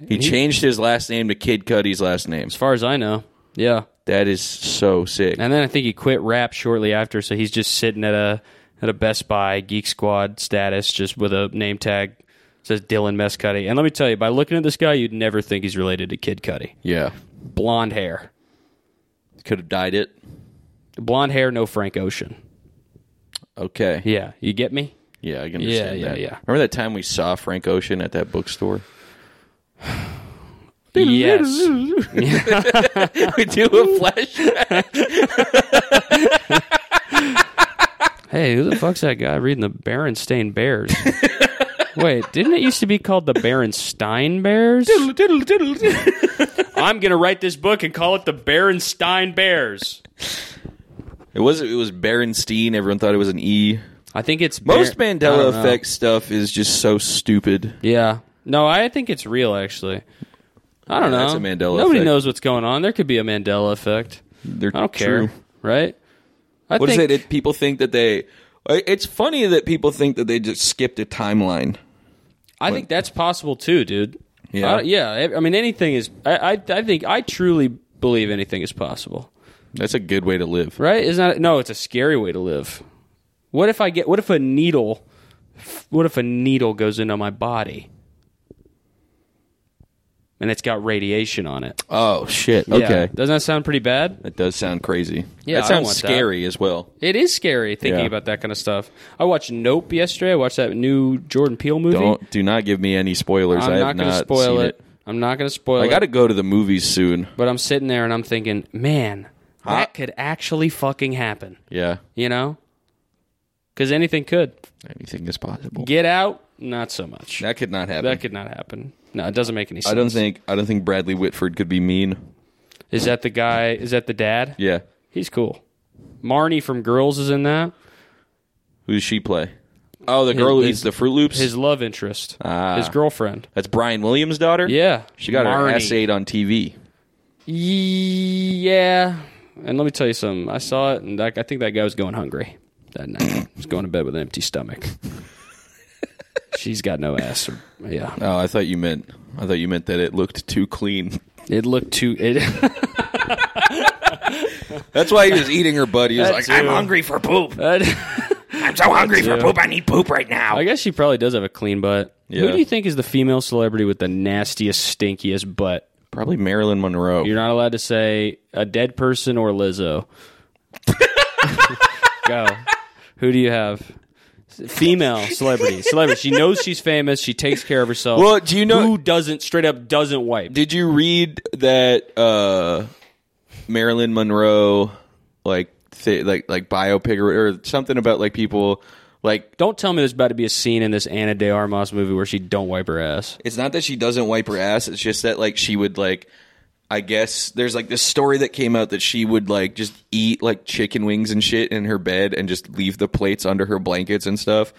[SPEAKER 4] He changed his last name to Kid Cudi's last name.
[SPEAKER 3] As far as I know, yeah.
[SPEAKER 4] That is so sick.
[SPEAKER 3] And then I think he quit rap shortly after, so he's just sitting at a at a Best Buy Geek Squad status, just with a name tag that says Dylan Mess Cuddy. And let me tell you, by looking at this guy, you'd never think he's related to Kid Cuddy.
[SPEAKER 4] Yeah.
[SPEAKER 3] Blonde hair,
[SPEAKER 4] Could have dyed it.
[SPEAKER 3] blonde hair, no Frank Ocean.
[SPEAKER 4] Okay.
[SPEAKER 3] Yeah, you get me.
[SPEAKER 4] Yeah, I can understand
[SPEAKER 3] Yeah, yeah,
[SPEAKER 4] that.
[SPEAKER 3] yeah.
[SPEAKER 4] Remember that time we saw Frank Ocean at that bookstore?
[SPEAKER 3] Yes.
[SPEAKER 4] we do a flash.
[SPEAKER 3] Hey, who the fuck's that guy reading the Berenstain Bears? Wait, didn't it used to be called the Berenstein Bears? I'm gonna write this book and call it the Berenstein Bears.
[SPEAKER 4] It was it was Berenstein. Everyone thought it was an E.
[SPEAKER 3] I think it's
[SPEAKER 4] Most
[SPEAKER 3] Ber- I
[SPEAKER 4] Mandela
[SPEAKER 3] don't know.
[SPEAKER 4] effect stuff is just so stupid.
[SPEAKER 3] Yeah, no, I think it's real actually. I don't
[SPEAKER 4] Yeah,
[SPEAKER 3] know.
[SPEAKER 4] that's a Mandela
[SPEAKER 3] Nobody
[SPEAKER 4] effect.
[SPEAKER 3] knows what's going on. There could be a Mandela effect.
[SPEAKER 4] They're
[SPEAKER 3] I don't
[SPEAKER 4] true.
[SPEAKER 3] care, right? I
[SPEAKER 4] What is
[SPEAKER 3] think
[SPEAKER 4] it? It people think that they. I- It's funny that people think that they just skipped a timeline.
[SPEAKER 3] I think that's possible too, dude.
[SPEAKER 4] Yeah.
[SPEAKER 3] I, yeah. I- I mean, anything is. I, I, I think I truly believe anything is possible.
[SPEAKER 4] That's a good way to live.
[SPEAKER 3] right? Is not no? It's a scary way to live. What if I get? What if a needle? What if a needle goes into my body, and it's got radiation on it?
[SPEAKER 4] Oh shit!
[SPEAKER 3] Yeah.
[SPEAKER 4] Okay,
[SPEAKER 3] doesn't that sound pretty bad?
[SPEAKER 4] that does sound crazy.
[SPEAKER 3] Yeah,
[SPEAKER 4] that
[SPEAKER 3] I don't
[SPEAKER 4] sounds
[SPEAKER 3] want that.
[SPEAKER 4] scary as well.
[SPEAKER 3] It is scary thinking
[SPEAKER 4] Yeah.
[SPEAKER 3] about that kind of stuff. I watched Nope yesterday. I watched that new Jordan Peele movie.
[SPEAKER 4] Don't do not give me any spoilers.
[SPEAKER 3] I'm
[SPEAKER 4] I
[SPEAKER 3] not
[SPEAKER 4] have
[SPEAKER 3] going to
[SPEAKER 4] not
[SPEAKER 3] spoil
[SPEAKER 4] seen
[SPEAKER 3] it. I'm not going to spoil
[SPEAKER 4] I got to
[SPEAKER 3] it.
[SPEAKER 4] go to the movies soon.
[SPEAKER 3] But I'm sitting there and I'm thinking, man, that could actually fucking happen.
[SPEAKER 4] Yeah,
[SPEAKER 3] You know, because anything could.
[SPEAKER 4] anything is possible.
[SPEAKER 3] Get out, not so much.
[SPEAKER 4] That could not happen.
[SPEAKER 3] That could not happen. No, it doesn't make any sense.
[SPEAKER 4] I don't think. I don't think Bradley Whitford could be mean.
[SPEAKER 3] Is that the guy? Is that the dad?
[SPEAKER 4] Yeah.
[SPEAKER 3] He's cool. Marnie from Girls is in that.
[SPEAKER 4] Who does she play? Oh, the girl who
[SPEAKER 3] his-
[SPEAKER 4] eats the Fruit Loops.
[SPEAKER 3] His love interest, his girlfriend.
[SPEAKER 4] That's Brian Williams' daughter.
[SPEAKER 3] Yeah,
[SPEAKER 4] Ah. she got
[SPEAKER 3] Marnie.
[SPEAKER 4] her ass ate on TV.
[SPEAKER 3] Yeah, and let me tell you something. I saw it, and I, I think that guy was going hungry that night. he was going to bed with an empty stomach. She's got no ass. Or, yeah,
[SPEAKER 4] Oh, I thought you meant. I thought you meant that it looked too clean.
[SPEAKER 3] it looked too. It,
[SPEAKER 4] That's why he was eating her butt. He was like,
[SPEAKER 2] I'm hungry for poop.
[SPEAKER 3] I
[SPEAKER 2] I'm so hungry for poop. I need poop right now.
[SPEAKER 3] guess she probably does have a clean butt. Who
[SPEAKER 4] Yeah.
[SPEAKER 3] do you think is the female celebrity with the nastiest, stinkiest butt?
[SPEAKER 4] probably Marilyn Monroe.
[SPEAKER 3] You're not allowed to say a dead person or Lizzo. Go. Who do you have? Female celebrity. Celebrity. She knows she's famous. She takes care of herself.
[SPEAKER 4] Well, do you know-
[SPEAKER 3] who doesn't straight up doesn't wipe?
[SPEAKER 4] Did you read that uh, Marilyn Monroe like th- like like biopic or, or something about like people like
[SPEAKER 3] Don't tell me there's about to be a scene in this Anna De Armas movie where she don't wipe her ass.
[SPEAKER 4] it's not that she doesn't wipe her ass. It's just that like she would like I guess there's like this story that came out that she would like just eat like chicken wings and shit in her bed and just leave the plates under her blankets and stuff.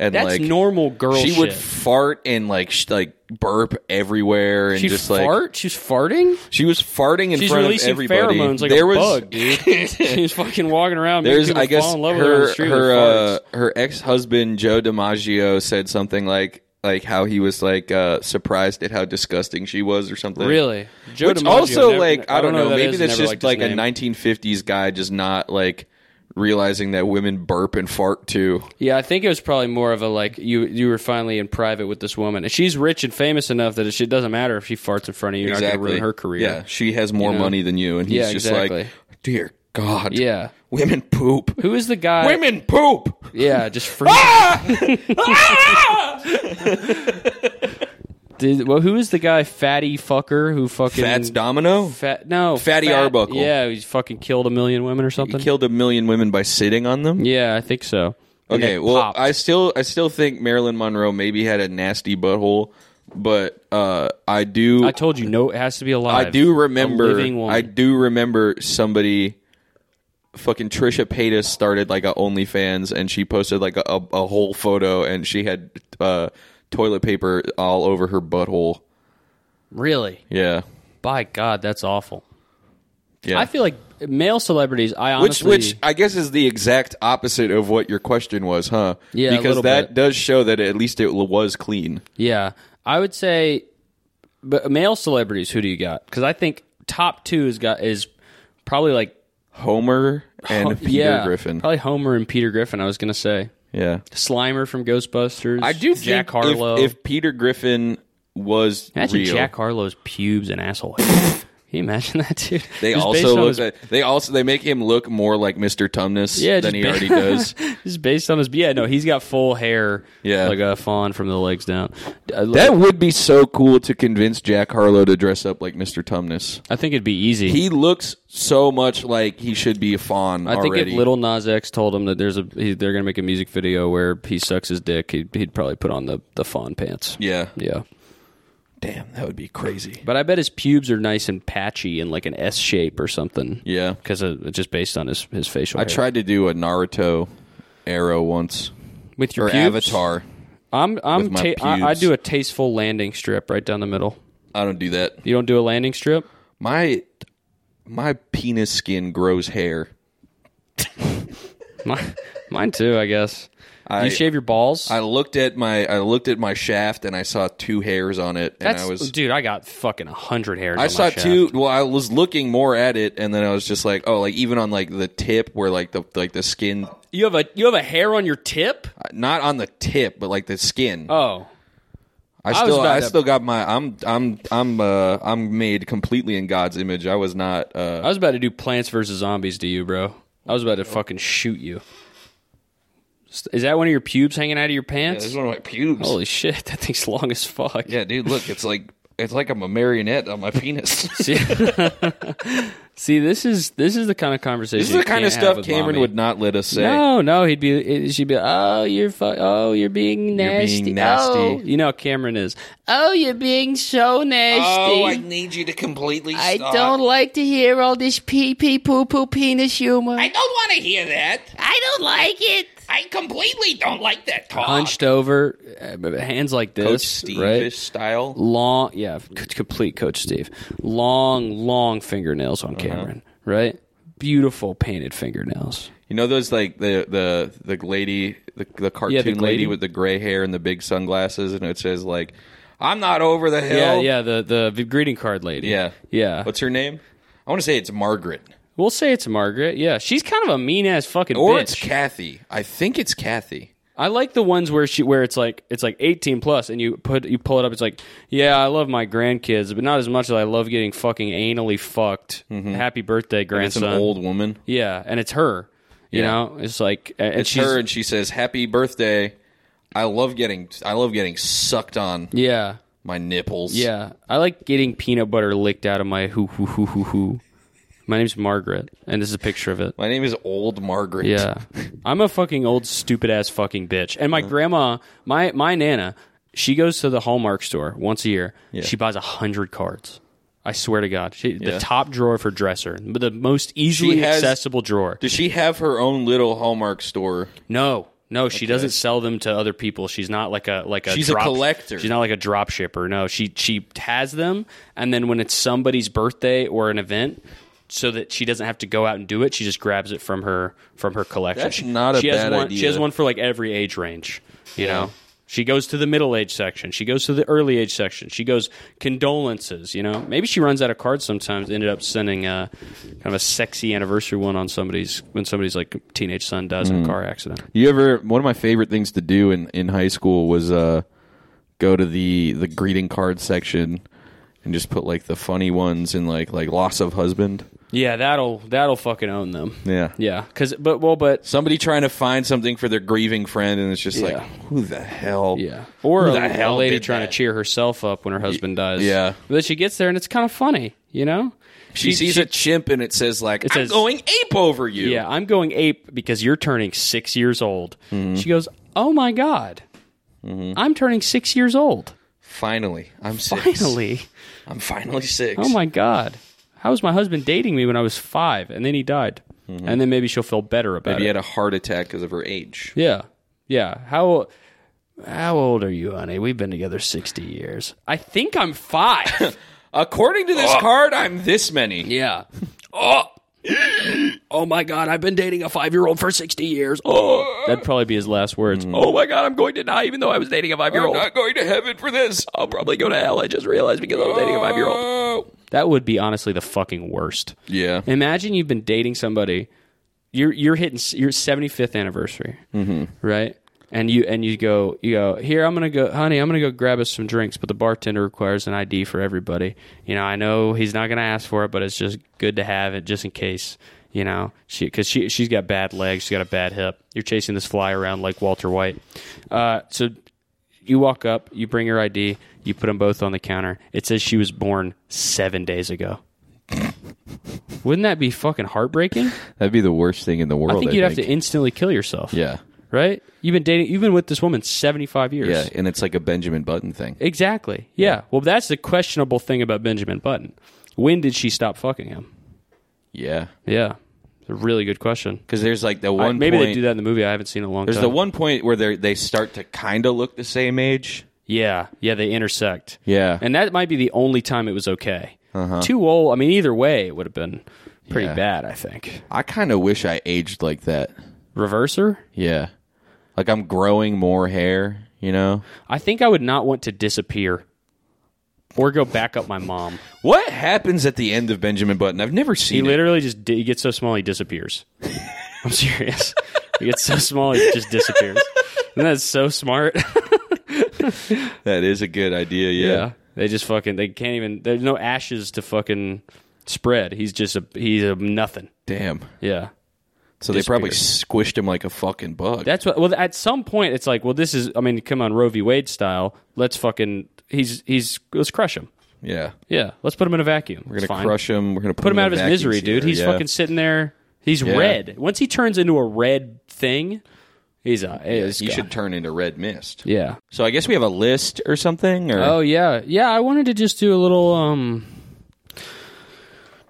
[SPEAKER 4] and
[SPEAKER 3] That's
[SPEAKER 4] like
[SPEAKER 3] normal girl
[SPEAKER 4] She
[SPEAKER 3] shit.
[SPEAKER 4] would fart and like sh- like burp everywhere and
[SPEAKER 3] She
[SPEAKER 4] just like
[SPEAKER 3] fart? She's farting?
[SPEAKER 4] she was farting in
[SPEAKER 3] She's
[SPEAKER 4] front of
[SPEAKER 3] releasing
[SPEAKER 4] everybody.
[SPEAKER 3] pheromones like
[SPEAKER 4] there
[SPEAKER 3] a
[SPEAKER 4] was
[SPEAKER 3] bug, dude. She's fucking walking around. making
[SPEAKER 4] there's
[SPEAKER 3] people
[SPEAKER 4] I guess
[SPEAKER 3] fall in love with on the
[SPEAKER 4] her
[SPEAKER 3] street with
[SPEAKER 4] her uh,
[SPEAKER 3] farts.
[SPEAKER 4] her ex husband Joe DiMaggio said something like like how he was like uh, surprised at how disgusting she was or something.
[SPEAKER 3] Really? Joe
[SPEAKER 4] Which
[SPEAKER 3] DiMaggio
[SPEAKER 4] also
[SPEAKER 3] never-
[SPEAKER 4] like I don't, know,
[SPEAKER 3] who that
[SPEAKER 4] maybe
[SPEAKER 3] is,
[SPEAKER 4] that's
[SPEAKER 3] never
[SPEAKER 4] just
[SPEAKER 3] liked his
[SPEAKER 4] like a
[SPEAKER 3] name.
[SPEAKER 4] 1950s guy just not like realizing that women burp and fart too.
[SPEAKER 3] Yeah, I think it was probably more of a like you you were finally in private with this woman, and she's rich and famous enough that it she- doesn't matter if she farts in front of you. You're not going to ruin her career.
[SPEAKER 4] Yeah, she has more
[SPEAKER 3] You know?
[SPEAKER 4] money than you, and he's
[SPEAKER 3] Yeah,
[SPEAKER 4] just
[SPEAKER 3] exactly.
[SPEAKER 4] like, dear God,
[SPEAKER 3] Yeah.
[SPEAKER 4] women poop,
[SPEAKER 3] Who is the guy?
[SPEAKER 4] women poop.
[SPEAKER 3] Yeah, just free. Did, well, who is the guy? Fatty fucker who fucking
[SPEAKER 4] Fats Domino.
[SPEAKER 3] Fat no
[SPEAKER 4] Fatty
[SPEAKER 3] Fat-
[SPEAKER 4] Arbuckle.
[SPEAKER 3] Yeah, he's fucking killed a million women or
[SPEAKER 4] He
[SPEAKER 3] something.
[SPEAKER 4] killed a million women by sitting on them.
[SPEAKER 3] yeah, I think so. And
[SPEAKER 4] Okay,
[SPEAKER 3] it
[SPEAKER 4] well,
[SPEAKER 3] popped.
[SPEAKER 4] I still I still think Marilyn Monroe maybe had a nasty butthole, but uh, I do
[SPEAKER 3] I told you no. It has to be alive.
[SPEAKER 4] I do
[SPEAKER 3] A
[SPEAKER 4] remember
[SPEAKER 3] living woman.
[SPEAKER 4] I do remember somebody fucking Trisha Paytas started like a OnlyFans and she posted like a, a, a whole photo and she had uh, toilet paper all over her butthole.
[SPEAKER 3] really.
[SPEAKER 4] Yeah.
[SPEAKER 3] By God, that's awful.
[SPEAKER 4] Yeah.
[SPEAKER 3] I feel like male celebrities. I
[SPEAKER 4] which
[SPEAKER 3] honestly,
[SPEAKER 4] which I guess is the exact opposite of what your question was, huh?
[SPEAKER 3] Yeah, a
[SPEAKER 4] Because
[SPEAKER 3] little
[SPEAKER 4] that
[SPEAKER 3] bit.
[SPEAKER 4] does show that at least it was clean.
[SPEAKER 3] yeah, I would say, but male celebrities. Who do you got? Because I think top two is got is probably like
[SPEAKER 4] Homer and
[SPEAKER 3] Ho-
[SPEAKER 4] Peter
[SPEAKER 3] Oh, yeah,
[SPEAKER 4] Griffin.
[SPEAKER 3] probably Homer and Peter Griffin. I was gonna say
[SPEAKER 4] Yeah.
[SPEAKER 3] Slimer from Ghostbusters.
[SPEAKER 4] I do think
[SPEAKER 3] Jack
[SPEAKER 4] if-
[SPEAKER 3] Harlow.
[SPEAKER 4] If, Peter Griffin was
[SPEAKER 3] imagine
[SPEAKER 4] real,
[SPEAKER 3] Jack Harlow's pubes and asshole. hair. Can you imagine that, dude?
[SPEAKER 4] They
[SPEAKER 3] Just
[SPEAKER 4] also
[SPEAKER 3] based on
[SPEAKER 4] look.
[SPEAKER 3] his-
[SPEAKER 4] they also they make him look more like Mr. Tumnus
[SPEAKER 3] Yeah,
[SPEAKER 4] than
[SPEAKER 3] just
[SPEAKER 4] he
[SPEAKER 3] ba-
[SPEAKER 4] already does.
[SPEAKER 3] just based on his. Yeah, no, he's got full hair.
[SPEAKER 4] Yeah.
[SPEAKER 3] like a fawn from the legs down. uh, I,
[SPEAKER 4] That would be so cool to convince Jack Harlow to dress up like Mr. Tumnus.
[SPEAKER 3] I think it'd be easy.
[SPEAKER 4] He looks so much like he should be a fawn
[SPEAKER 3] I think
[SPEAKER 4] already.
[SPEAKER 3] if Little Nas X told him that there's a he, they're gonna make a music video where he sucks his dick, he'd, he'd probably put on the the fawn pants.
[SPEAKER 4] yeah.
[SPEAKER 3] yeah.
[SPEAKER 4] Damn, that would be crazy.
[SPEAKER 3] But I bet his pubes are nice and patchy and like an S shape or something.
[SPEAKER 4] Yeah.
[SPEAKER 3] because just based on his his
[SPEAKER 4] I
[SPEAKER 3] facial. hair.
[SPEAKER 4] tried to do a Naruto arrow once
[SPEAKER 3] with your
[SPEAKER 4] or
[SPEAKER 3] pubes?
[SPEAKER 4] Avatar.
[SPEAKER 3] I'm I'm
[SPEAKER 4] with my
[SPEAKER 3] ta- I, I
[SPEAKER 4] pubes.
[SPEAKER 3] do a tasteful landing strip right down the middle.
[SPEAKER 4] I don't do that.
[SPEAKER 3] You don't do a landing strip.
[SPEAKER 4] My my penis skin grows hair.
[SPEAKER 3] Mine, mine too, I guess.
[SPEAKER 4] I-
[SPEAKER 3] you shave your balls.
[SPEAKER 4] I looked at my I looked at my shaft and I saw two hairs on it and
[SPEAKER 3] That's
[SPEAKER 4] I was
[SPEAKER 3] dude. I got fucking a hundred hairs.
[SPEAKER 4] I
[SPEAKER 3] on
[SPEAKER 4] saw
[SPEAKER 3] my shaft.
[SPEAKER 4] two. Well, I was looking more at it, and then I was just like, oh, like even on like the tip where like the like the skin,
[SPEAKER 3] You have a you have a hair on your tip.
[SPEAKER 4] not on the tip, but like the skin.
[SPEAKER 3] Oh,
[SPEAKER 4] I
[SPEAKER 3] was
[SPEAKER 4] still,
[SPEAKER 3] about
[SPEAKER 4] I,
[SPEAKER 3] to-
[SPEAKER 4] still got my. I'm, I'm, I'm, uh, I'm made completely in God's image. I was not. Uh,
[SPEAKER 3] I was about to do Plants vs Zombies to you, bro. I was about to fucking shoot you. Is that one of your pubes hanging out of your pants?
[SPEAKER 4] this is one of my pubes.
[SPEAKER 3] Holy shit, that thing's long as fuck.
[SPEAKER 4] Yeah, dude, look, it's like it's like I'm a marionette on my penis.
[SPEAKER 3] See, See, this is this is the kind of conversation.
[SPEAKER 4] this is the
[SPEAKER 3] you
[SPEAKER 4] kind of
[SPEAKER 3] can't have
[SPEAKER 4] stuff
[SPEAKER 3] with
[SPEAKER 4] Cameron
[SPEAKER 3] mommy.
[SPEAKER 4] would not let us say.
[SPEAKER 3] No, no, he'd be. She'd be. Oh, you're. Fu- oh, you're
[SPEAKER 4] being
[SPEAKER 3] being nasty.
[SPEAKER 4] nasty.
[SPEAKER 3] Oh. You know, how Cameron is. Oh, you're being so
[SPEAKER 2] Oh,
[SPEAKER 4] Oh,
[SPEAKER 3] nasty.
[SPEAKER 4] need you to completely.
[SPEAKER 3] I don't like to hear all this pee pee poo poo penis humor.
[SPEAKER 2] I don't want to hear that.
[SPEAKER 3] I don't like it.
[SPEAKER 2] I completely don't like that talk.
[SPEAKER 3] Hunched over, uh, hands like this,
[SPEAKER 4] Coach Steve
[SPEAKER 3] right?
[SPEAKER 4] style.
[SPEAKER 3] long yeah c- complete coach steve long long fingernails on
[SPEAKER 4] Uh-huh.
[SPEAKER 3] cameron right beautiful painted fingernails
[SPEAKER 4] You know those like the the the lady the, the cartoon
[SPEAKER 3] lady.
[SPEAKER 4] lady with the gray hair and the big sunglasses and it says like I'm not over the hill.
[SPEAKER 3] yeah yeah the, the the greeting card lady
[SPEAKER 4] Yeah.
[SPEAKER 3] yeah
[SPEAKER 4] What's her name? I want to say it's Margaret.
[SPEAKER 3] we'll say it's margaret yeah she's kind of a mean ass fucking
[SPEAKER 4] Or
[SPEAKER 3] bitch
[SPEAKER 4] it's Kathy. I think it's Kathy.
[SPEAKER 3] i like the ones where she where it's like it's like 18 plus and you put you pull it up it's like yeah i love my grandkids but not as much as i love getting fucking anally fucked happy birthday
[SPEAKER 4] Mm-hmm. It's an
[SPEAKER 3] grandson
[SPEAKER 4] old woman.
[SPEAKER 3] yeah and it's her you
[SPEAKER 4] Yeah.
[SPEAKER 3] know it's like and
[SPEAKER 4] It's
[SPEAKER 3] she's,
[SPEAKER 4] her and she says happy birthday. I love getting I love getting sucked on
[SPEAKER 3] yeah
[SPEAKER 4] my nipples.
[SPEAKER 3] Yeah, I like getting peanut butter licked out of my hoo hoo hoo hoo hoo. My name's Margaret, and this is a picture of it.
[SPEAKER 4] My name is old Margaret.
[SPEAKER 3] Yeah, I'm a fucking old stupid ass fucking bitch. And my grandma, my my nana, she goes to the Hallmark store once a year. She buys a hundred cards. I swear to God, she, the
[SPEAKER 4] Yeah.
[SPEAKER 3] top drawer of her dresser, the most easily
[SPEAKER 4] has-
[SPEAKER 3] accessible drawer.
[SPEAKER 4] Does she have her own little Hallmark store?
[SPEAKER 3] No, No, she doesn't sell them to other people. She's not like a like a
[SPEAKER 4] She's a
[SPEAKER 3] drop-
[SPEAKER 4] collector.
[SPEAKER 3] She's not like a drop shipper. No, she she has them, and then when it's somebody's birthday or an event, so that she doesn't have to go out and do it, she just grabs it from her from her collection.
[SPEAKER 4] That's
[SPEAKER 3] She-
[SPEAKER 4] not a
[SPEAKER 3] she has
[SPEAKER 4] bad
[SPEAKER 3] one, She
[SPEAKER 4] idea.
[SPEAKER 3] has one for like every age range. You know, she goes to the middle age section. She goes to the early age section. She goes condolences. You know, maybe she runs out of cards sometimes. Ended up sending a kind of a sexy anniversary one on somebody's when somebody's like teenage son dies
[SPEAKER 4] Mm.
[SPEAKER 3] in a car accident.
[SPEAKER 4] You ever? One of my favorite things to do in in high school was uh, go to the the greeting card section and just put like the funny ones and like like loss of husband.
[SPEAKER 3] Yeah, that'll that'll fucking own them.
[SPEAKER 4] Yeah.
[SPEAKER 3] yeah. Because but well, but
[SPEAKER 4] Somebody trying to find something for their grieving friend, and it's just like,
[SPEAKER 3] Yeah.
[SPEAKER 4] who the hell?
[SPEAKER 3] yeah, or
[SPEAKER 4] Who
[SPEAKER 3] a,
[SPEAKER 4] the hell
[SPEAKER 3] a lady
[SPEAKER 4] did
[SPEAKER 3] trying
[SPEAKER 4] that?
[SPEAKER 3] to cheer herself up when her husband dies.
[SPEAKER 4] yeah.
[SPEAKER 3] but she gets there and it's kind of funny, you know.
[SPEAKER 4] She, sees
[SPEAKER 3] she-
[SPEAKER 4] a chimp, and it says like,
[SPEAKER 3] It
[SPEAKER 4] "I'm
[SPEAKER 3] says-
[SPEAKER 4] going ape over you."
[SPEAKER 3] Yeah, I'm going ape because you're turning six years old. She goes, "Oh my god, I'm turning six years old
[SPEAKER 4] Finally, I'm six.
[SPEAKER 3] finally."
[SPEAKER 4] I'm finally six.
[SPEAKER 3] Oh my god, how was my husband dating me when I was five and then he died? And then maybe she'll feel better about
[SPEAKER 4] Maybe
[SPEAKER 3] it.
[SPEAKER 4] had a heart attack because of her age.
[SPEAKER 3] Yeah. Yeah. How how old are you, honey? We've been together 60 years. I think I'm 5.
[SPEAKER 4] According to this card, I'm this many.
[SPEAKER 3] yeah. Oh. Oh my god, I've been dating a 5-year-old for 60 years. Oh. That'd probably be his last words. Oh my god, I'm going to die even though I was dating a 5-year-old.
[SPEAKER 4] I'm not going to heaven for this.
[SPEAKER 3] I'll probably go to hell. I just realized because I was dating a 5-year-old. That would be honestly the fucking worst.
[SPEAKER 4] Yeah.
[SPEAKER 3] Imagine you've been dating somebody. You're you're hitting s- your 75th anniversary, right? And you and you go you go here. I'm gonna go, honey. I'm gonna go grab us some drinks, but the bartender requires an ID for everybody. You know, I know he's not gonna ask for it, but it's just good to have it just in case. You know, she because she she's got bad legs, she's got a bad hip. You're chasing this fly around like Walter White. Uh, so you walk up, you bring her ID, you put them both on the counter. It says she was born seven days ago. Wouldn't that be fucking heartbreaking?
[SPEAKER 4] That'd be the worst thing in the world.
[SPEAKER 3] I think you'd have to instantly kill yourself.
[SPEAKER 4] Yeah.
[SPEAKER 3] Right? You've been dating you've been with this woman seventy five years.
[SPEAKER 4] Yeah, and it's like a Benjamin Button thing.
[SPEAKER 3] Exactly. Yeah. Well that's the questionable thing about Benjamin Button. When did she stop fucking him?
[SPEAKER 4] Yeah.
[SPEAKER 3] Yeah. It's a really good question.
[SPEAKER 4] Because there's like the
[SPEAKER 3] I-
[SPEAKER 4] one
[SPEAKER 3] maybe
[SPEAKER 4] point,
[SPEAKER 3] they do that in the movie. I haven't seen it in a long
[SPEAKER 4] There's
[SPEAKER 3] time.
[SPEAKER 4] the one point where they they start to kind of look the same age.
[SPEAKER 3] Yeah, yeah, they intersect.
[SPEAKER 4] Yeah. Uh-huh.
[SPEAKER 3] and that might be the only time it was okay. Too old. I mean, either way, it would have been pretty
[SPEAKER 4] Yeah.
[SPEAKER 3] bad. I think
[SPEAKER 4] I kind of wish I aged like that.
[SPEAKER 3] reverser.
[SPEAKER 4] Yeah. Like I'm growing more hair, you know?
[SPEAKER 3] I think I would not want to disappear or go back up my mom.
[SPEAKER 4] What happens at the end of Benjamin Button? I've never
[SPEAKER 3] He
[SPEAKER 4] seen it.
[SPEAKER 3] literally just di- he gets so small he disappears. I'm serious. he gets so small he just disappears. And that's so smart.
[SPEAKER 4] That is a good idea, yeah.
[SPEAKER 3] they just fucking they can't even. There's no ashes to fucking spread. He's just a he's a nothing.
[SPEAKER 4] Damn.
[SPEAKER 3] Yeah.
[SPEAKER 4] So they probably squished him like a fucking bug.
[SPEAKER 3] That's what. Well, at some point, it's like, well, this is. I mean, come on, Roe v. Wade style. Let's fucking. He's he's. Let's crush him.
[SPEAKER 4] yeah.
[SPEAKER 3] Yeah. Let's put him in a vacuum. We're
[SPEAKER 4] We're going to crush him. We're going to
[SPEAKER 3] Put him out of his misery, dude. He's fucking sitting there. He's red. Once he turns into a red thing, he's a. he's
[SPEAKER 4] You
[SPEAKER 3] gone.
[SPEAKER 4] should turn into red mist.
[SPEAKER 3] Yeah.
[SPEAKER 4] So I guess we have a list or something. Or
[SPEAKER 3] Oh yeah, yeah. I wanted to just do a little um,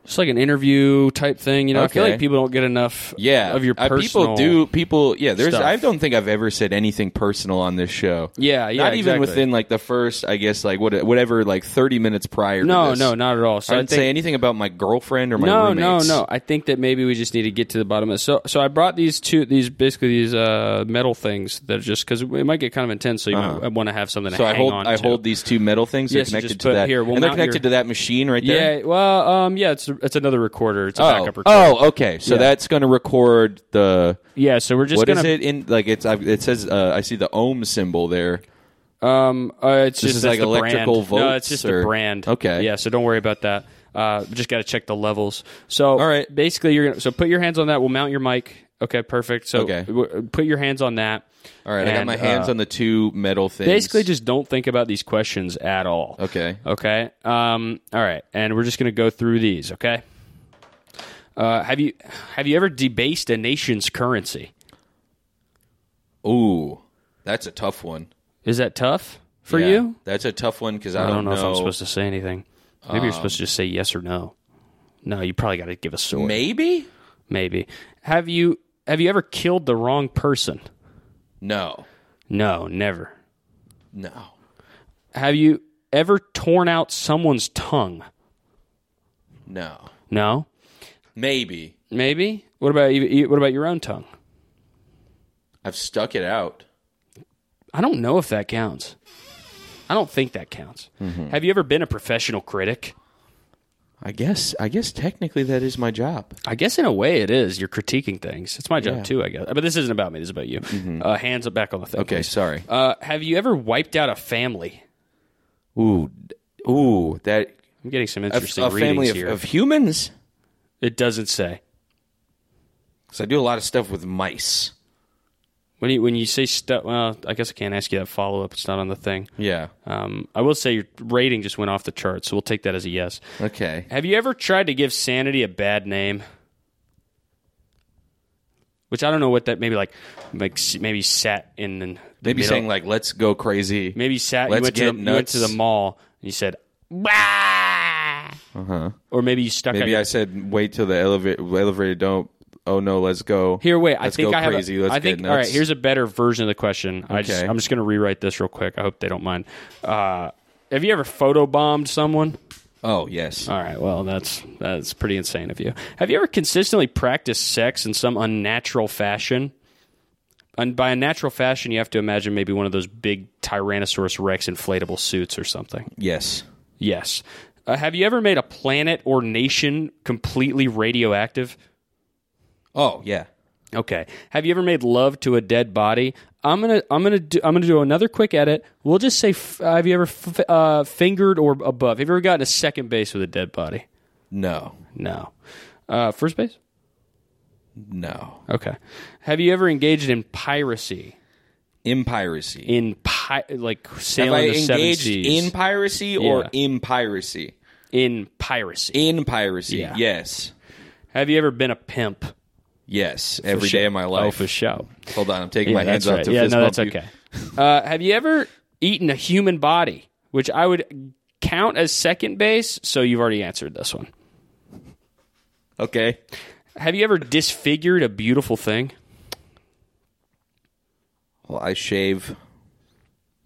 [SPEAKER 3] just like an interview type thing. You know, I feel
[SPEAKER 4] Okay.
[SPEAKER 3] like people don't get enough.
[SPEAKER 4] yeah,
[SPEAKER 3] Of your
[SPEAKER 4] Uh,
[SPEAKER 3] personal.
[SPEAKER 4] people do people. Yeah, there's.
[SPEAKER 3] stuff.
[SPEAKER 4] I don't think I've ever said anything personal on this show.
[SPEAKER 3] Yeah, yeah.
[SPEAKER 4] not even
[SPEAKER 3] exactly.
[SPEAKER 4] within like the first. I guess like what whatever like thirty minutes prior. to
[SPEAKER 3] No,
[SPEAKER 4] this.
[SPEAKER 3] no, not at all. So
[SPEAKER 4] I
[SPEAKER 3] I
[SPEAKER 4] didn't
[SPEAKER 3] think-
[SPEAKER 4] say anything about my girlfriend or my
[SPEAKER 3] no,
[SPEAKER 4] roommates.
[SPEAKER 3] no, no. I think that maybe we just need to get to the bottom of it. So, so I brought these two, these basically these uh, metal things that are just because it might get kind of intense. So you might want to have something. To
[SPEAKER 4] Uh-huh. So I
[SPEAKER 3] hang
[SPEAKER 4] hold
[SPEAKER 3] on
[SPEAKER 4] I
[SPEAKER 3] to.
[SPEAKER 4] hold these two metal things.
[SPEAKER 3] Yes, you
[SPEAKER 4] they're connected
[SPEAKER 3] just
[SPEAKER 4] to
[SPEAKER 3] put
[SPEAKER 4] that.
[SPEAKER 3] here, we'll
[SPEAKER 4] and they're
[SPEAKER 3] mount your-
[SPEAKER 4] connected to that machine right there.
[SPEAKER 3] Yeah. Well, um, yeah. It's it's another recorder. It's a
[SPEAKER 4] Oh,
[SPEAKER 3] backup recorder.
[SPEAKER 4] oh, okay. So that's going to record the
[SPEAKER 3] yeah. So we're just
[SPEAKER 4] What is
[SPEAKER 3] gonna.
[SPEAKER 4] it in like it's I- it says uh, I see the ohm symbol there.
[SPEAKER 3] Um, uh, it's
[SPEAKER 4] This
[SPEAKER 3] just
[SPEAKER 4] is
[SPEAKER 3] that's
[SPEAKER 4] like
[SPEAKER 3] the
[SPEAKER 4] electrical
[SPEAKER 3] brand. No,
[SPEAKER 4] volts,
[SPEAKER 3] it's just
[SPEAKER 4] or-
[SPEAKER 3] the brand.
[SPEAKER 4] Okay.
[SPEAKER 3] Yeah. So don't worry about that. Uh, we just got to check the levels. So
[SPEAKER 4] All right.
[SPEAKER 3] Basically, you're gonna so put your hands on that. We'll mount your mic. Okay. Perfect. So
[SPEAKER 4] Okay.
[SPEAKER 3] w- put your hands on that.
[SPEAKER 4] All right, I got
[SPEAKER 3] And,
[SPEAKER 4] my hands
[SPEAKER 3] uh,
[SPEAKER 4] on the two metal things.
[SPEAKER 3] basically just don't think about these questions at all.
[SPEAKER 4] Okay.
[SPEAKER 3] Okay. Um, all right, and we're just gonna go through these. Okay. Uh, have you have you ever debased a nation's currency?
[SPEAKER 4] Ooh, that's a tough one
[SPEAKER 3] Is that tough for
[SPEAKER 4] Yeah,
[SPEAKER 3] you?
[SPEAKER 4] That's a tough one because I,
[SPEAKER 3] I don't, know, if I'm supposed to say anything. Maybe you're
[SPEAKER 4] Um,
[SPEAKER 3] supposed to just say yes or no. No, you probably got to give a story.
[SPEAKER 4] Maybe
[SPEAKER 3] Maybe have you have you ever killed the wrong person?
[SPEAKER 4] No.
[SPEAKER 3] No, never.
[SPEAKER 4] No.
[SPEAKER 3] Have you ever torn out someone's tongue?
[SPEAKER 4] No.
[SPEAKER 3] No.
[SPEAKER 4] Maybe.
[SPEAKER 3] Maybe. What about you- you? What about your own tongue?
[SPEAKER 4] I've stuck it out.
[SPEAKER 3] I don't know if that counts. I don't think that counts.
[SPEAKER 4] Mm-hmm.
[SPEAKER 3] Have you ever been a professional critic?
[SPEAKER 4] I guess I guess technically that is my job.
[SPEAKER 3] I guess in a way it is. You're critiquing things. It's my job
[SPEAKER 4] Yeah. Mm-hmm.
[SPEAKER 3] too, I guess. But this isn't about me. This is about you. Uh, hands up back on the thing.
[SPEAKER 4] Okay,
[SPEAKER 3] please.
[SPEAKER 4] sorry.
[SPEAKER 3] Uh, have you ever wiped out a family?
[SPEAKER 4] Ooh. d- Ooh, that
[SPEAKER 3] I'm getting some
[SPEAKER 4] a,
[SPEAKER 3] interesting
[SPEAKER 4] a
[SPEAKER 3] readings
[SPEAKER 4] family of,
[SPEAKER 3] here.
[SPEAKER 4] of humans.
[SPEAKER 3] it doesn't say.
[SPEAKER 4] Cuz I do a lot of stuff with mice.
[SPEAKER 3] When you when you say stuff, well, I guess I can't ask you that follow up. It's not on the thing.
[SPEAKER 4] Yeah.
[SPEAKER 3] Um, I will say your rating just went off the chart, so we'll take that as a yes.
[SPEAKER 4] Okay.
[SPEAKER 3] Have you ever tried to give sanity a bad name? Which I don't know what that maybe like, like s- maybe sat in the
[SPEAKER 4] Maybe
[SPEAKER 3] middle-
[SPEAKER 4] saying like let's go crazy.
[SPEAKER 3] maybe sat you
[SPEAKER 4] "Let's
[SPEAKER 3] went, to
[SPEAKER 4] get
[SPEAKER 3] the, you went to the
[SPEAKER 4] nuts."
[SPEAKER 3] mall and you said uh-huh. or maybe you stuck out
[SPEAKER 4] Maybe
[SPEAKER 3] your-
[SPEAKER 4] I said wait till the elevator elevator don't oh no, let's go.
[SPEAKER 3] Here, wait. I
[SPEAKER 4] Let's
[SPEAKER 3] think
[SPEAKER 4] go
[SPEAKER 3] I have.
[SPEAKER 4] crazy.
[SPEAKER 3] A,
[SPEAKER 4] let's
[SPEAKER 3] I think.
[SPEAKER 4] get
[SPEAKER 3] All
[SPEAKER 4] nuts.
[SPEAKER 3] right. Here's a better version of the question. I just,
[SPEAKER 4] Okay.
[SPEAKER 3] I'm just going to rewrite this real quick. I hope they don't mind. Uh, have you ever photobombed someone?
[SPEAKER 4] Oh, yes.
[SPEAKER 3] All right. Well, that's that's pretty insane of you. Have you ever consistently practiced sex in some unnatural fashion? And by unnatural fashion, you have to imagine maybe one of those big Tyrannosaurus Rex inflatable suits or something.
[SPEAKER 4] yes.
[SPEAKER 3] Yes. Uh, have you ever made a planet or nation completely radioactive?
[SPEAKER 4] Oh, yeah.
[SPEAKER 3] Okay. Have you ever made love to a dead body? I'm gonna I'm gonna do I'm gonna do another quick edit. We'll just say, f- have you ever f- uh, fingered or above? Have you ever gotten a second base with a dead body?
[SPEAKER 4] No.
[SPEAKER 3] No. Uh, first base.
[SPEAKER 4] No.
[SPEAKER 3] Okay. Have you ever engaged in piracy?
[SPEAKER 4] Impiracy.
[SPEAKER 3] In pi- like
[SPEAKER 4] Have I
[SPEAKER 3] sailing the seven
[SPEAKER 4] engaged
[SPEAKER 3] seas?
[SPEAKER 4] in piracy or
[SPEAKER 3] Yeah.
[SPEAKER 4] in piracy?
[SPEAKER 3] in piracy.
[SPEAKER 4] In piracy.
[SPEAKER 3] Yeah.
[SPEAKER 4] Yes.
[SPEAKER 3] Have you ever been a pimp?
[SPEAKER 4] Yes. Every day
[SPEAKER 3] sure.
[SPEAKER 4] of my
[SPEAKER 3] Oh,
[SPEAKER 4] life.
[SPEAKER 3] for sure.
[SPEAKER 4] Hold on, I'm taking
[SPEAKER 3] Yeah,
[SPEAKER 4] my hands
[SPEAKER 3] that's
[SPEAKER 4] off
[SPEAKER 3] right.
[SPEAKER 4] to
[SPEAKER 3] yeah,
[SPEAKER 4] fist
[SPEAKER 3] no,
[SPEAKER 4] bump
[SPEAKER 3] that's
[SPEAKER 4] you.
[SPEAKER 3] okay. Uh, have you ever eaten a human body, which I would count as second base? So you've already answered this one.
[SPEAKER 4] Okay.
[SPEAKER 3] Have you ever disfigured a beautiful thing?
[SPEAKER 4] Well, I shave.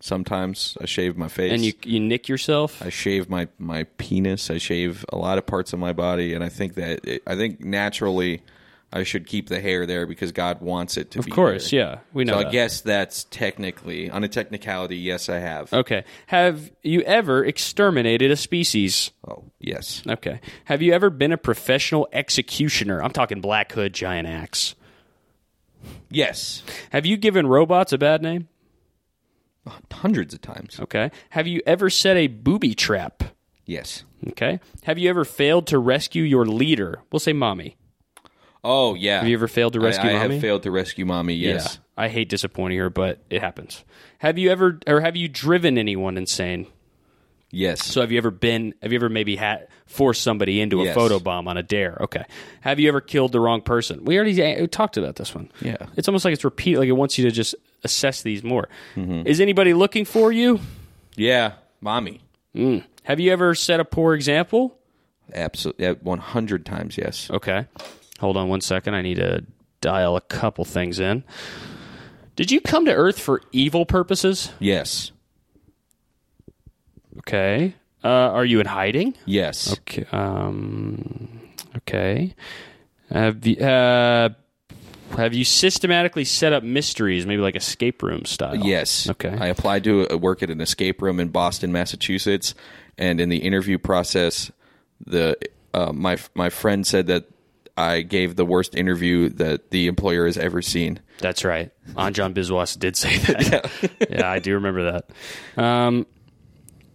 [SPEAKER 4] Sometimes I shave my face.
[SPEAKER 3] And you you nick yourself?
[SPEAKER 4] I shave my my penis. I shave a lot of parts of my body, and I think that it, I think naturally I should keep the hair there because God wants it to.
[SPEAKER 3] Of course, yeah, we know.
[SPEAKER 4] So I
[SPEAKER 3] that.
[SPEAKER 4] guess that's technically on a technicality. Yes, I have.
[SPEAKER 3] Okay. Have you ever exterminated a species?
[SPEAKER 4] Oh, yes.
[SPEAKER 3] Okay. Have you ever been a professional executioner? I'm talking Black Hood, Giant Axe.
[SPEAKER 4] Yes.
[SPEAKER 3] Have you given robots a bad name?
[SPEAKER 4] Hundreds of times.
[SPEAKER 3] Okay. Have you ever set a booby trap?
[SPEAKER 4] Yes.
[SPEAKER 3] Okay. Have you ever failed to rescue your leader? We'll say mommy.
[SPEAKER 4] Oh, yeah.
[SPEAKER 3] Have you ever failed to rescue
[SPEAKER 4] I, I
[SPEAKER 3] mommy?
[SPEAKER 4] have failed to rescue mommy. Yes.
[SPEAKER 3] Yeah. I hate disappointing her, but it happens. Have you ever or have you driven anyone insane?
[SPEAKER 4] Yes.
[SPEAKER 3] So have you ever been? Have you ever maybe had forced somebody into a
[SPEAKER 4] Yes.
[SPEAKER 3] photo bomb on a dare? Okay. Have you ever killed the wrong person? We already a- talked about this one.
[SPEAKER 4] Yeah.
[SPEAKER 3] It's almost like it's repeat. Like it wants you to just assess these more.
[SPEAKER 4] Mm-hmm.
[SPEAKER 3] Is anybody looking for you?
[SPEAKER 4] yeah, mommy.
[SPEAKER 3] Have you ever set a poor example?
[SPEAKER 4] Absolutely. One hundred times. Yes.
[SPEAKER 3] Okay. Hold on one second. I need to dial a couple things in. Did you come to Earth for evil purposes?
[SPEAKER 4] Yes.
[SPEAKER 3] Okay. Uh, are you in hiding?
[SPEAKER 4] Yes.
[SPEAKER 3] Okay. Um, okay. Have you, uh, have you systematically set up mysteries, maybe like escape room style?
[SPEAKER 4] Yes.
[SPEAKER 3] Okay.
[SPEAKER 4] I applied to uh, work at an escape room in Boston, Massachusetts, and in the interview process, the uh, my my friend said that I gave the worst interview that the employer has ever seen.
[SPEAKER 3] That's right. Anjan Biswas did say that. yeah. I do remember that. Um,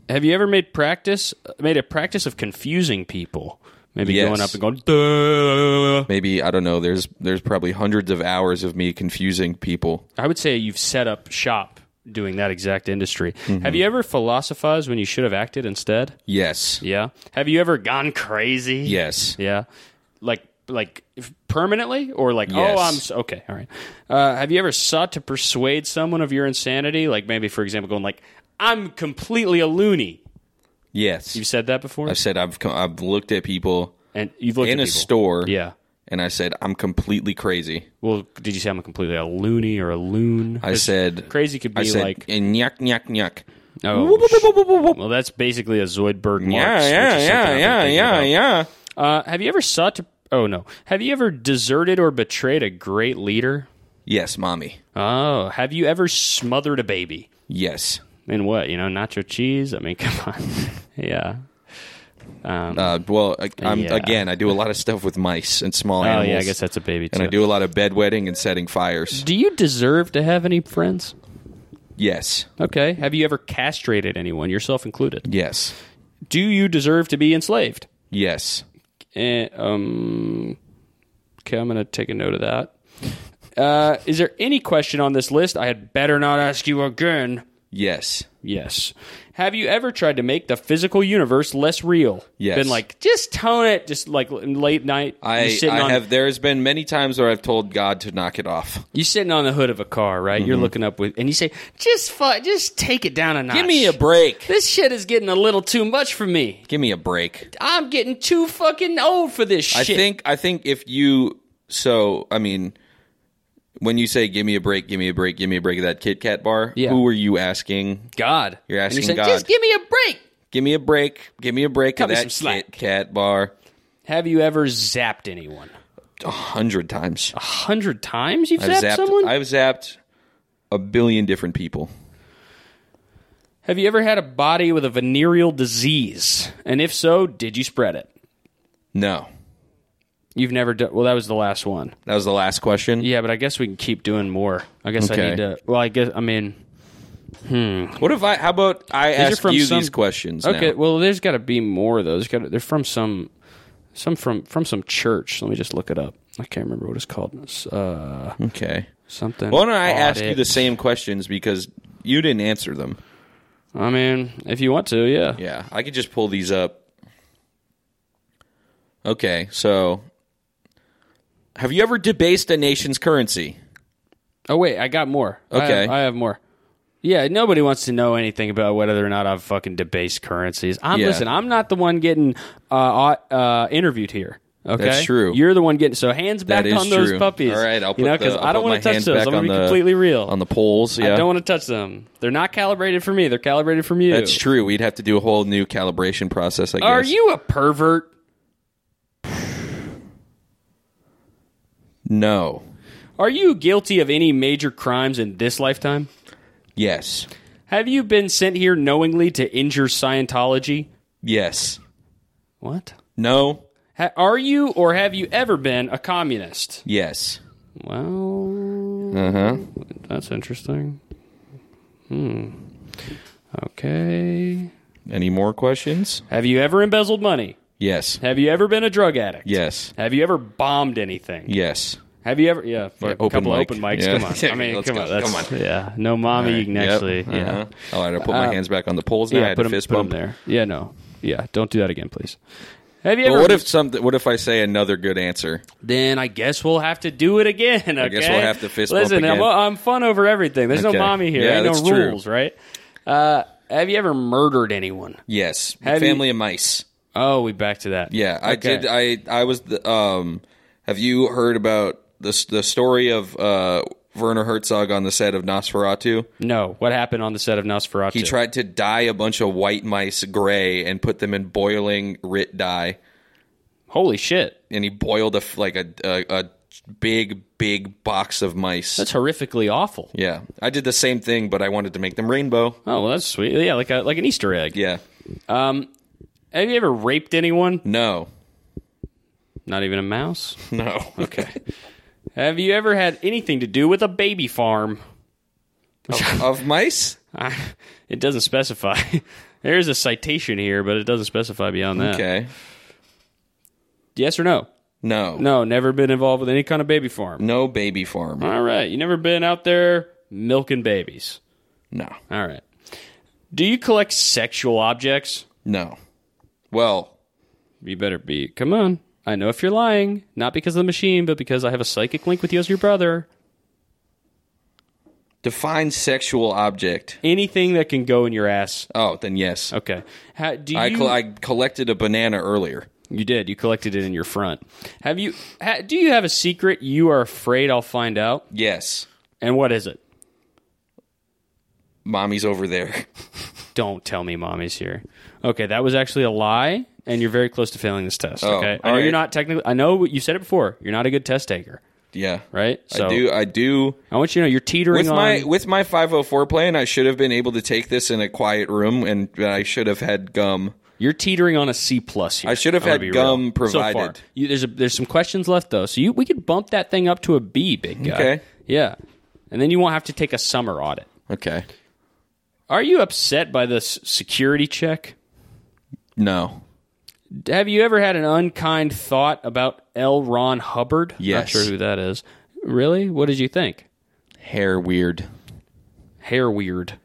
[SPEAKER 3] have you ever made practice made a practice of confusing people? Maybe
[SPEAKER 4] Yes.
[SPEAKER 3] going up and going, Duh.
[SPEAKER 4] Maybe I don't know. There's there's probably hundreds of hours of me confusing people.
[SPEAKER 3] I would say you've set up shop doing that exact industry. Have you ever philosophized when you should have acted instead?
[SPEAKER 4] Yes.
[SPEAKER 3] Yeah. Have you ever gone crazy?
[SPEAKER 4] Yes.
[SPEAKER 3] Yeah. Like like if- permanently or like
[SPEAKER 4] Yes.
[SPEAKER 3] oh I'm s- okay all right. Uh, have you ever sought to persuade someone of your insanity? Like maybe for example going like I'm completely a loony.
[SPEAKER 4] Yes.
[SPEAKER 3] You've said that before,
[SPEAKER 4] I've said I've come, I've looked at people
[SPEAKER 3] and you've looked
[SPEAKER 4] in
[SPEAKER 3] at
[SPEAKER 4] a
[SPEAKER 3] people.
[SPEAKER 4] store
[SPEAKER 3] Yeah.
[SPEAKER 4] and I said, I'm completely crazy.
[SPEAKER 3] Well, did you say I'm completely a loony or a loon?
[SPEAKER 4] I said,
[SPEAKER 3] crazy could be
[SPEAKER 4] I said,
[SPEAKER 3] like
[SPEAKER 4] and yuck, yuck, yuck.
[SPEAKER 3] oh, sh- well, that's basically a Zoidberg.
[SPEAKER 4] Yeah,
[SPEAKER 3] Marx, which
[SPEAKER 4] yeah,
[SPEAKER 3] is something I've
[SPEAKER 4] yeah,
[SPEAKER 3] been
[SPEAKER 4] yeah,
[SPEAKER 3] thinking
[SPEAKER 4] yeah,
[SPEAKER 3] about.
[SPEAKER 4] yeah.
[SPEAKER 3] Uh, have you ever sought to? Oh no. Have you ever deserted or betrayed a great leader?
[SPEAKER 4] Yes, mommy.
[SPEAKER 3] Oh, have you ever smothered a baby?
[SPEAKER 4] Yes.
[SPEAKER 3] In what? You know, nacho cheese. I mean, come on. yeah.
[SPEAKER 4] Uh, well, I, I'm,
[SPEAKER 3] Um, Yeah.
[SPEAKER 4] again, I do a lot of stuff with mice and small
[SPEAKER 3] Oh
[SPEAKER 4] animals.
[SPEAKER 3] yeah, I guess that's a baby too.
[SPEAKER 4] And I do a lot of bedwetting and setting fires.
[SPEAKER 3] Do you deserve to have any friends?
[SPEAKER 4] Yes.
[SPEAKER 3] Okay. Have you ever castrated anyone, yourself included?
[SPEAKER 4] Yes.
[SPEAKER 3] Do you deserve to be enslaved?
[SPEAKER 4] Yes.
[SPEAKER 3] Eh, um, okay, I'm going to take a note of that. Uh, is there any question on this list? I had better not ask you again.
[SPEAKER 4] Yes.
[SPEAKER 3] Yes. Have you ever tried to make the physical universe less real?
[SPEAKER 4] Yes.
[SPEAKER 3] Been like, just tone it, just like l- late night. you're
[SPEAKER 4] I,
[SPEAKER 3] sitting
[SPEAKER 4] I
[SPEAKER 3] on,
[SPEAKER 4] have. There has been many times where I've told God to knock it off.
[SPEAKER 3] You're sitting on the hood of a car, right?
[SPEAKER 4] Mm-hmm.
[SPEAKER 3] You're looking up with, and you say, just fu- just take it down a notch.
[SPEAKER 4] Give me a break.
[SPEAKER 3] This shit is getting a little too much for me.
[SPEAKER 4] Give me a break.
[SPEAKER 3] I'm getting too fucking old for this
[SPEAKER 4] I
[SPEAKER 3] shit.
[SPEAKER 4] think. I think if you. So I mean, when you say "give me a break," "give me a break," "give me a break" of that Kit Kat bar,
[SPEAKER 3] Yeah.
[SPEAKER 4] who are you asking?
[SPEAKER 3] God.
[SPEAKER 4] You're
[SPEAKER 3] And
[SPEAKER 4] asking
[SPEAKER 3] saying,
[SPEAKER 4] God.
[SPEAKER 3] Just give me a break.
[SPEAKER 4] Give me a break. Give me a break
[SPEAKER 3] Cut me
[SPEAKER 4] of
[SPEAKER 3] some
[SPEAKER 4] that
[SPEAKER 3] slack.
[SPEAKER 4] Kit Kat bar.
[SPEAKER 3] Have you ever zapped anyone?
[SPEAKER 4] A hundred times.
[SPEAKER 3] A hundred times you've
[SPEAKER 4] I've
[SPEAKER 3] zapped,
[SPEAKER 4] zapped.
[SPEAKER 3] someone?
[SPEAKER 4] I've zapped a billion different people.
[SPEAKER 3] Have you ever had a body with a venereal disease? And if so, did you spread it?
[SPEAKER 4] No,
[SPEAKER 3] You've never done. Well, that was the last one.
[SPEAKER 4] that was the last question.
[SPEAKER 3] Yeah, but I guess we can keep doing more. I guess I
[SPEAKER 4] Okay.
[SPEAKER 3] need to. Well, I guess I mean.
[SPEAKER 4] What if I? How about I
[SPEAKER 3] are
[SPEAKER 4] ask
[SPEAKER 3] from
[SPEAKER 4] you
[SPEAKER 3] some-
[SPEAKER 4] these questions?
[SPEAKER 3] Okay.
[SPEAKER 4] now?
[SPEAKER 3] Well, there's got to be more of those. Got they're from some, some from from some church. Let me just look it up. I can't remember what it's called. It's, uh,
[SPEAKER 4] Okay.
[SPEAKER 3] something.
[SPEAKER 4] Why don't I ask you
[SPEAKER 3] audit.
[SPEAKER 4] the same questions because you didn't answer them?
[SPEAKER 3] I mean, if you want to, yeah.
[SPEAKER 4] Yeah, I could just pull these up. Okay, so have you ever debased a nation's currency?
[SPEAKER 3] Oh wait, I got more. I have- I
[SPEAKER 4] Okay.
[SPEAKER 3] have, more. Yeah, nobody wants to know anything about whether or not I've fucking debased currencies. I'm
[SPEAKER 4] Yeah.
[SPEAKER 3] listen. I'm not the one getting uh, au- uh, interviewed here. Okay,
[SPEAKER 4] That's true.
[SPEAKER 3] You're the one getting. So hands back
[SPEAKER 4] That is
[SPEAKER 3] on those
[SPEAKER 4] true.
[SPEAKER 3] puppies.
[SPEAKER 4] All right, I'll put
[SPEAKER 3] you know
[SPEAKER 4] the-
[SPEAKER 3] because
[SPEAKER 4] I'll
[SPEAKER 3] I don't
[SPEAKER 4] put
[SPEAKER 3] want
[SPEAKER 4] my
[SPEAKER 3] to touch
[SPEAKER 4] hands
[SPEAKER 3] those.
[SPEAKER 4] back
[SPEAKER 3] I'm gonna
[SPEAKER 4] on
[SPEAKER 3] be
[SPEAKER 4] the-
[SPEAKER 3] completely real.
[SPEAKER 4] on the polls. Yeah,
[SPEAKER 3] I don't want to touch them. They're not calibrated for me. They're calibrated from you.
[SPEAKER 4] that's true. We'd have to do a whole new calibration process. I guess.
[SPEAKER 3] Are you a pervert?
[SPEAKER 4] No.
[SPEAKER 3] Are you guilty of any major crimes in this lifetime?
[SPEAKER 4] Yes.
[SPEAKER 3] Have you been sent here knowingly to injure Scientology?
[SPEAKER 4] Yes.
[SPEAKER 3] What?
[SPEAKER 4] No.
[SPEAKER 3] Ha- are you or have you ever been a communist?
[SPEAKER 4] Yes.
[SPEAKER 3] Well,
[SPEAKER 4] Uh huh.
[SPEAKER 3] that's interesting. Hmm. Okay.
[SPEAKER 4] Any more questions?
[SPEAKER 3] Have you ever embezzled money?
[SPEAKER 4] Yes.
[SPEAKER 3] Have you ever been a drug addict?
[SPEAKER 4] Yes.
[SPEAKER 3] Have you ever bombed anything?
[SPEAKER 4] Yes.
[SPEAKER 3] Have you ever? Yeah, for
[SPEAKER 4] Yeah,
[SPEAKER 3] a
[SPEAKER 4] open
[SPEAKER 3] couple
[SPEAKER 4] mic.
[SPEAKER 3] open mics.
[SPEAKER 4] Yeah.
[SPEAKER 3] Come on. I mean,
[SPEAKER 4] Let's
[SPEAKER 3] come
[SPEAKER 4] go.
[SPEAKER 3] on. That's,
[SPEAKER 4] Come on.
[SPEAKER 3] Yeah. No mommy, you can
[SPEAKER 4] Yep.
[SPEAKER 3] actually.
[SPEAKER 4] Uh-huh.
[SPEAKER 3] Yeah.
[SPEAKER 4] All right, I put my
[SPEAKER 3] Uh,
[SPEAKER 4] hands back on the poles now. I
[SPEAKER 3] Yeah.
[SPEAKER 4] had
[SPEAKER 3] Put
[SPEAKER 4] a
[SPEAKER 3] him,
[SPEAKER 4] fist
[SPEAKER 3] put 'em
[SPEAKER 4] bump.
[SPEAKER 3] there. Yeah. No. Yeah. Don't do that again, please. Have you
[SPEAKER 4] But
[SPEAKER 3] ever?
[SPEAKER 4] what if something? What if I say another good answer?
[SPEAKER 3] Then I guess we'll have to do it again. Okay? I
[SPEAKER 4] guess we'll have to fist bump
[SPEAKER 3] Listen,
[SPEAKER 4] again.
[SPEAKER 3] I'm, I'm fun over everything. There's
[SPEAKER 4] Okay.
[SPEAKER 3] no mommy here.
[SPEAKER 4] Yeah,
[SPEAKER 3] Ain't
[SPEAKER 4] that's
[SPEAKER 3] no
[SPEAKER 4] true.
[SPEAKER 3] rules, right? Uh, have you ever murdered anyone?
[SPEAKER 4] Yes,
[SPEAKER 3] Have
[SPEAKER 4] family of mice.
[SPEAKER 3] Oh, we back to that.
[SPEAKER 4] Yeah, I
[SPEAKER 3] Okay.
[SPEAKER 4] did. I I was. The, um, have you heard about the s- the story of uh, Werner Herzog on the set of Nosferatu?
[SPEAKER 3] No. What happened on the set of Nosferatu?
[SPEAKER 4] He tried to dye a bunch of white mice gray and put them in boiling writ dye,
[SPEAKER 3] Holy shit.
[SPEAKER 4] and he boiled a f- like a a, a big big box of mice.
[SPEAKER 3] That's horrifically awful.
[SPEAKER 4] yeah, I did the same thing, but I wanted to make them rainbow.
[SPEAKER 3] Oh, well, that's sweet. Yeah, like a, like an Easter egg. Um,
[SPEAKER 4] Yeah,
[SPEAKER 3] Have you ever raped anyone?
[SPEAKER 4] no,
[SPEAKER 3] Not even a mouse.
[SPEAKER 4] no. Okay,
[SPEAKER 3] Have you ever had anything to do with a baby farm?
[SPEAKER 4] of, of mice.
[SPEAKER 3] It doesn't specify. there is a citation here, but it doesn't specify beyond that.
[SPEAKER 4] Okay,
[SPEAKER 3] Yes or no?
[SPEAKER 4] no,
[SPEAKER 3] No, never been involved with any kind of baby farm.
[SPEAKER 4] no baby farm.
[SPEAKER 3] All right. You never been out there milking babies.
[SPEAKER 4] No,
[SPEAKER 3] All right. Do you collect sexual objects?
[SPEAKER 4] no. Well,
[SPEAKER 3] You better be. Come on. I know if you're lying, not because of the machine, but because I have a psychic link with you as your brother.
[SPEAKER 4] define sexual object.
[SPEAKER 3] Anything that can go in your ass.
[SPEAKER 4] Oh, then yes.
[SPEAKER 3] Okay. How, do Uh, you,
[SPEAKER 4] I, col- I collected a banana earlier.
[SPEAKER 3] You did. You collected it in your front. Have you? Ha, do you have a secret you are afraid I'll find out?
[SPEAKER 4] Yes.
[SPEAKER 3] And what is it?
[SPEAKER 4] Mommy's over there.
[SPEAKER 3] Don't tell me mommy's here. Okay, that was actually a lie, and you're very close to failing this test.
[SPEAKER 4] Oh,
[SPEAKER 3] okay, I
[SPEAKER 4] all
[SPEAKER 3] know you're
[SPEAKER 4] right.
[SPEAKER 3] not technically. I know you said it before. You're not a good test taker,
[SPEAKER 4] Yeah.
[SPEAKER 3] right?
[SPEAKER 4] I do. I do.
[SPEAKER 3] I want you to know you're teetering
[SPEAKER 4] With
[SPEAKER 3] on.
[SPEAKER 4] my with my 504 plan, I should have been able to take this in a quiet room, and I should have had gum.
[SPEAKER 3] You're teetering on a C plus here.
[SPEAKER 4] I should have
[SPEAKER 3] I'm gonna
[SPEAKER 4] had
[SPEAKER 3] be
[SPEAKER 4] gum
[SPEAKER 3] real. So far.
[SPEAKER 4] provided.
[SPEAKER 3] You, there's a, there's some questions left though, so you, we could bump that thing up to a B, big guy.
[SPEAKER 4] Okay.
[SPEAKER 3] Yeah, and then you won't have to take a summer audit.
[SPEAKER 4] Okay.
[SPEAKER 3] Are you upset by this security check?
[SPEAKER 4] No.
[SPEAKER 3] Have you ever had an unkind thought about L. Ron Hubbard? Not
[SPEAKER 4] Yes.
[SPEAKER 3] sure who that is. Really? What did you think?
[SPEAKER 4] Hair weird.
[SPEAKER 3] Hair weird.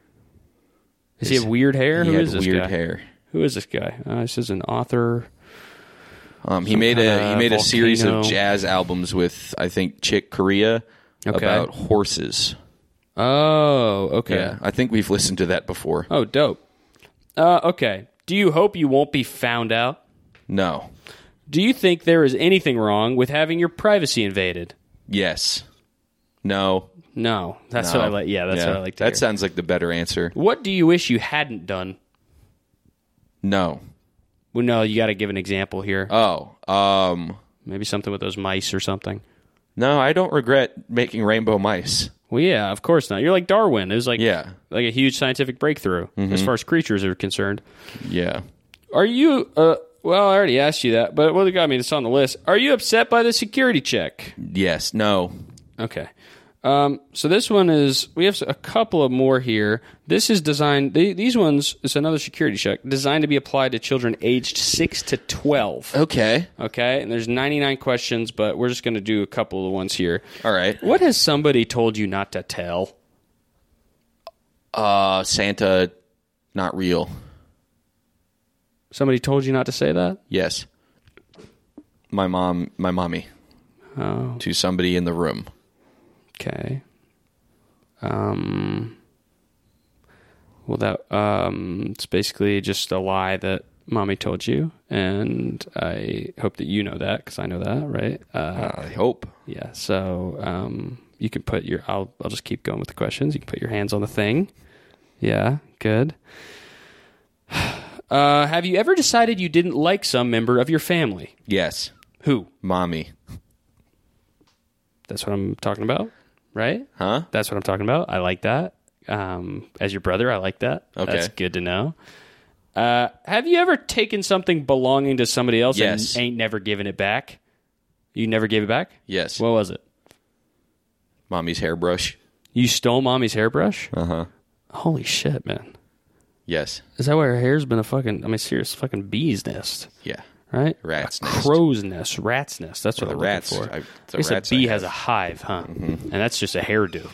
[SPEAKER 3] Does he have weird hair?
[SPEAKER 4] He
[SPEAKER 3] Who
[SPEAKER 4] had
[SPEAKER 3] is this
[SPEAKER 4] weird
[SPEAKER 3] guy?
[SPEAKER 4] hair.
[SPEAKER 3] Who is this guy? Uh, this is an author.
[SPEAKER 4] Um, he made a
[SPEAKER 3] kinda
[SPEAKER 4] he made a series of
[SPEAKER 3] volcano.
[SPEAKER 4] jazz albums with I think Chick Corea
[SPEAKER 3] Okay.
[SPEAKER 4] about horses.
[SPEAKER 3] Oh, okay.
[SPEAKER 4] Yeah, I think we've listened to that before.
[SPEAKER 3] Oh, dope. Uh, okay. Do you hope you won't be found out?
[SPEAKER 4] No.
[SPEAKER 3] Do you think there is anything wrong with having your privacy invaded?
[SPEAKER 4] Yes. No.
[SPEAKER 3] No, that's
[SPEAKER 4] No.
[SPEAKER 3] what I like. Yeah, that's what I like to
[SPEAKER 4] That
[SPEAKER 3] hear.
[SPEAKER 4] sounds like the better answer.
[SPEAKER 3] what do you wish you hadn't done?
[SPEAKER 4] No.
[SPEAKER 3] Well, no, you got to give an example here.
[SPEAKER 4] Oh. Um.
[SPEAKER 3] Maybe something with those mice or something.
[SPEAKER 4] No, I don't regret making rainbow mice.
[SPEAKER 3] Well, yeah, of course not. You're like Darwin. It was like
[SPEAKER 4] Yeah.
[SPEAKER 3] like a huge scientific breakthrough as far as creatures are concerned.
[SPEAKER 4] Yeah.
[SPEAKER 3] Are you? Uh, well, I already asked you that, but what got me? It's on the list. Are you upset by the security check?
[SPEAKER 4] Yes. No.
[SPEAKER 3] Okay. Um, so this one is we have a couple of more here. This is designed. The, these ones is another security check designed to be applied to children aged six to twelve.
[SPEAKER 4] Okay.
[SPEAKER 3] Okay, and there's 99 questions, but we're just going to do a couple of the ones here.
[SPEAKER 4] All right.
[SPEAKER 3] What has somebody told you not to tell?
[SPEAKER 4] Uh, Santa, not real.
[SPEAKER 3] Somebody told you not to say that?
[SPEAKER 4] Yes. My mom. My mommy.
[SPEAKER 3] Oh.
[SPEAKER 4] To somebody in the room.
[SPEAKER 3] Okay. Um. Well, that um, it's basically just a lie that mommy told you, and I hope that you know that because I know that, right? Uh,
[SPEAKER 4] I hope.
[SPEAKER 3] yeah. So um, you can put your. I'll I'll just keep going with the questions. You can put your hands on the thing. Yeah. Good. Uh, have you ever decided you didn't like some member of your family?
[SPEAKER 4] Yes.
[SPEAKER 3] Who?
[SPEAKER 4] Mommy.
[SPEAKER 3] That's what I'm talking about, right?
[SPEAKER 4] Huh?
[SPEAKER 3] That's what I'm talking about. I like that. Um, as your brother, I like that.
[SPEAKER 4] Okay.
[SPEAKER 3] That's good to know. Uh, have you ever taken something belonging to somebody else
[SPEAKER 4] Yes.
[SPEAKER 3] and ain't never given it back? You never gave it back?
[SPEAKER 4] Yes.
[SPEAKER 3] What was it?
[SPEAKER 4] Mommy's hairbrush.
[SPEAKER 3] You stole mommy's hairbrush?
[SPEAKER 4] Uh huh.
[SPEAKER 3] Holy shit, man.
[SPEAKER 4] Yes.
[SPEAKER 3] Is that why her hair's been a fucking, I mean, serious fucking bee's nest,
[SPEAKER 4] Yeah.
[SPEAKER 3] right?
[SPEAKER 4] Rat's
[SPEAKER 3] a
[SPEAKER 4] nest.
[SPEAKER 3] Crow's nest, rat's nest. That's what
[SPEAKER 4] the
[SPEAKER 3] I'm
[SPEAKER 4] rats.
[SPEAKER 3] looking for.
[SPEAKER 4] I-
[SPEAKER 3] I
[SPEAKER 4] the
[SPEAKER 3] guess
[SPEAKER 4] rats Mm-hmm.
[SPEAKER 3] a
[SPEAKER 4] I
[SPEAKER 3] bee
[SPEAKER 4] have.
[SPEAKER 3] has a hive, huh? And that's just a hairdo.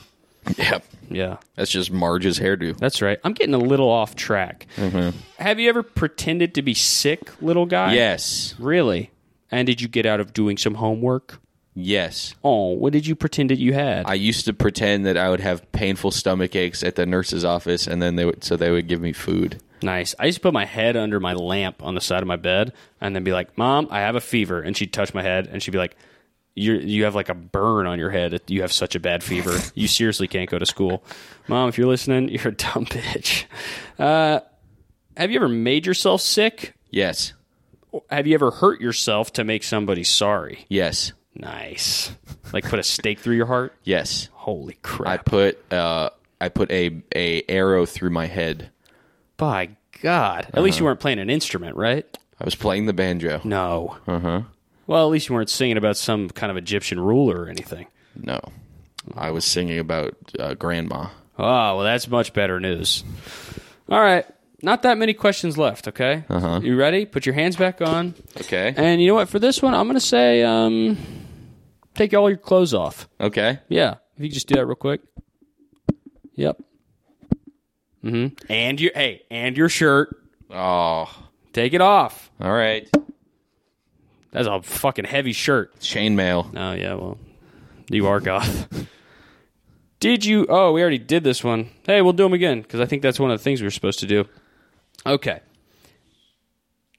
[SPEAKER 4] Yep.
[SPEAKER 3] Yeah.
[SPEAKER 4] That's just Marge's hairdo.
[SPEAKER 3] That's right. I'm getting a little off track.
[SPEAKER 4] Mm-hmm.
[SPEAKER 3] Have you ever pretended to be sick, little guy?
[SPEAKER 4] Yes.
[SPEAKER 3] Really? And did you get out of doing some homework?
[SPEAKER 4] Yes.
[SPEAKER 3] Oh, what did you pretend that you had?
[SPEAKER 4] I used to pretend that I would have painful stomach aches at the nurse's office, and then they would so they would give me food.
[SPEAKER 3] nice. I used to put my head under my lamp on the side of my bed and then be like, Mom, I have a fever. And she'd touch my head and she'd be like, you you have like a burn on your head. You have such a bad fever. You seriously can't go to school. Mom, if you're listening, you're a dumb bitch. Uh, have you ever made yourself sick?
[SPEAKER 4] Yes.
[SPEAKER 3] Have you ever hurt yourself to make somebody sorry?
[SPEAKER 4] Yes.
[SPEAKER 3] Nice. Like put a stake through your heart.
[SPEAKER 4] Yes.
[SPEAKER 3] Holy
[SPEAKER 4] I
[SPEAKER 3] crap!
[SPEAKER 4] put uh I put a a arrow through my head.
[SPEAKER 3] By God, at least you weren't playing an instrument, right?
[SPEAKER 4] I was playing the banjo.
[SPEAKER 3] No. Uh huh. Well, at least you weren't singing about some kind of Egyptian ruler or anything.
[SPEAKER 4] No. I was singing about uh, grandma.
[SPEAKER 3] Oh, well, that's much better news. All right, not that many questions left. Okay, uh-huh. you ready? Put your hands back on,
[SPEAKER 4] Okay.
[SPEAKER 3] and you know what? For this one, I'm going to say, um, take all your clothes off.
[SPEAKER 4] Okay.
[SPEAKER 3] Yeah, if you could just do that real quick. Yep. Mm-hmm. And your hey, and your shirt.
[SPEAKER 4] Oh. All
[SPEAKER 3] Take it off.
[SPEAKER 4] right.
[SPEAKER 3] That's a fucking heavy shirt.
[SPEAKER 4] Chainmail.
[SPEAKER 3] Oh yeah, well, you are goth. did you? Oh, we already did this one. Hey, we'll do them again because I think that's one of the things we were supposed to do. Okay.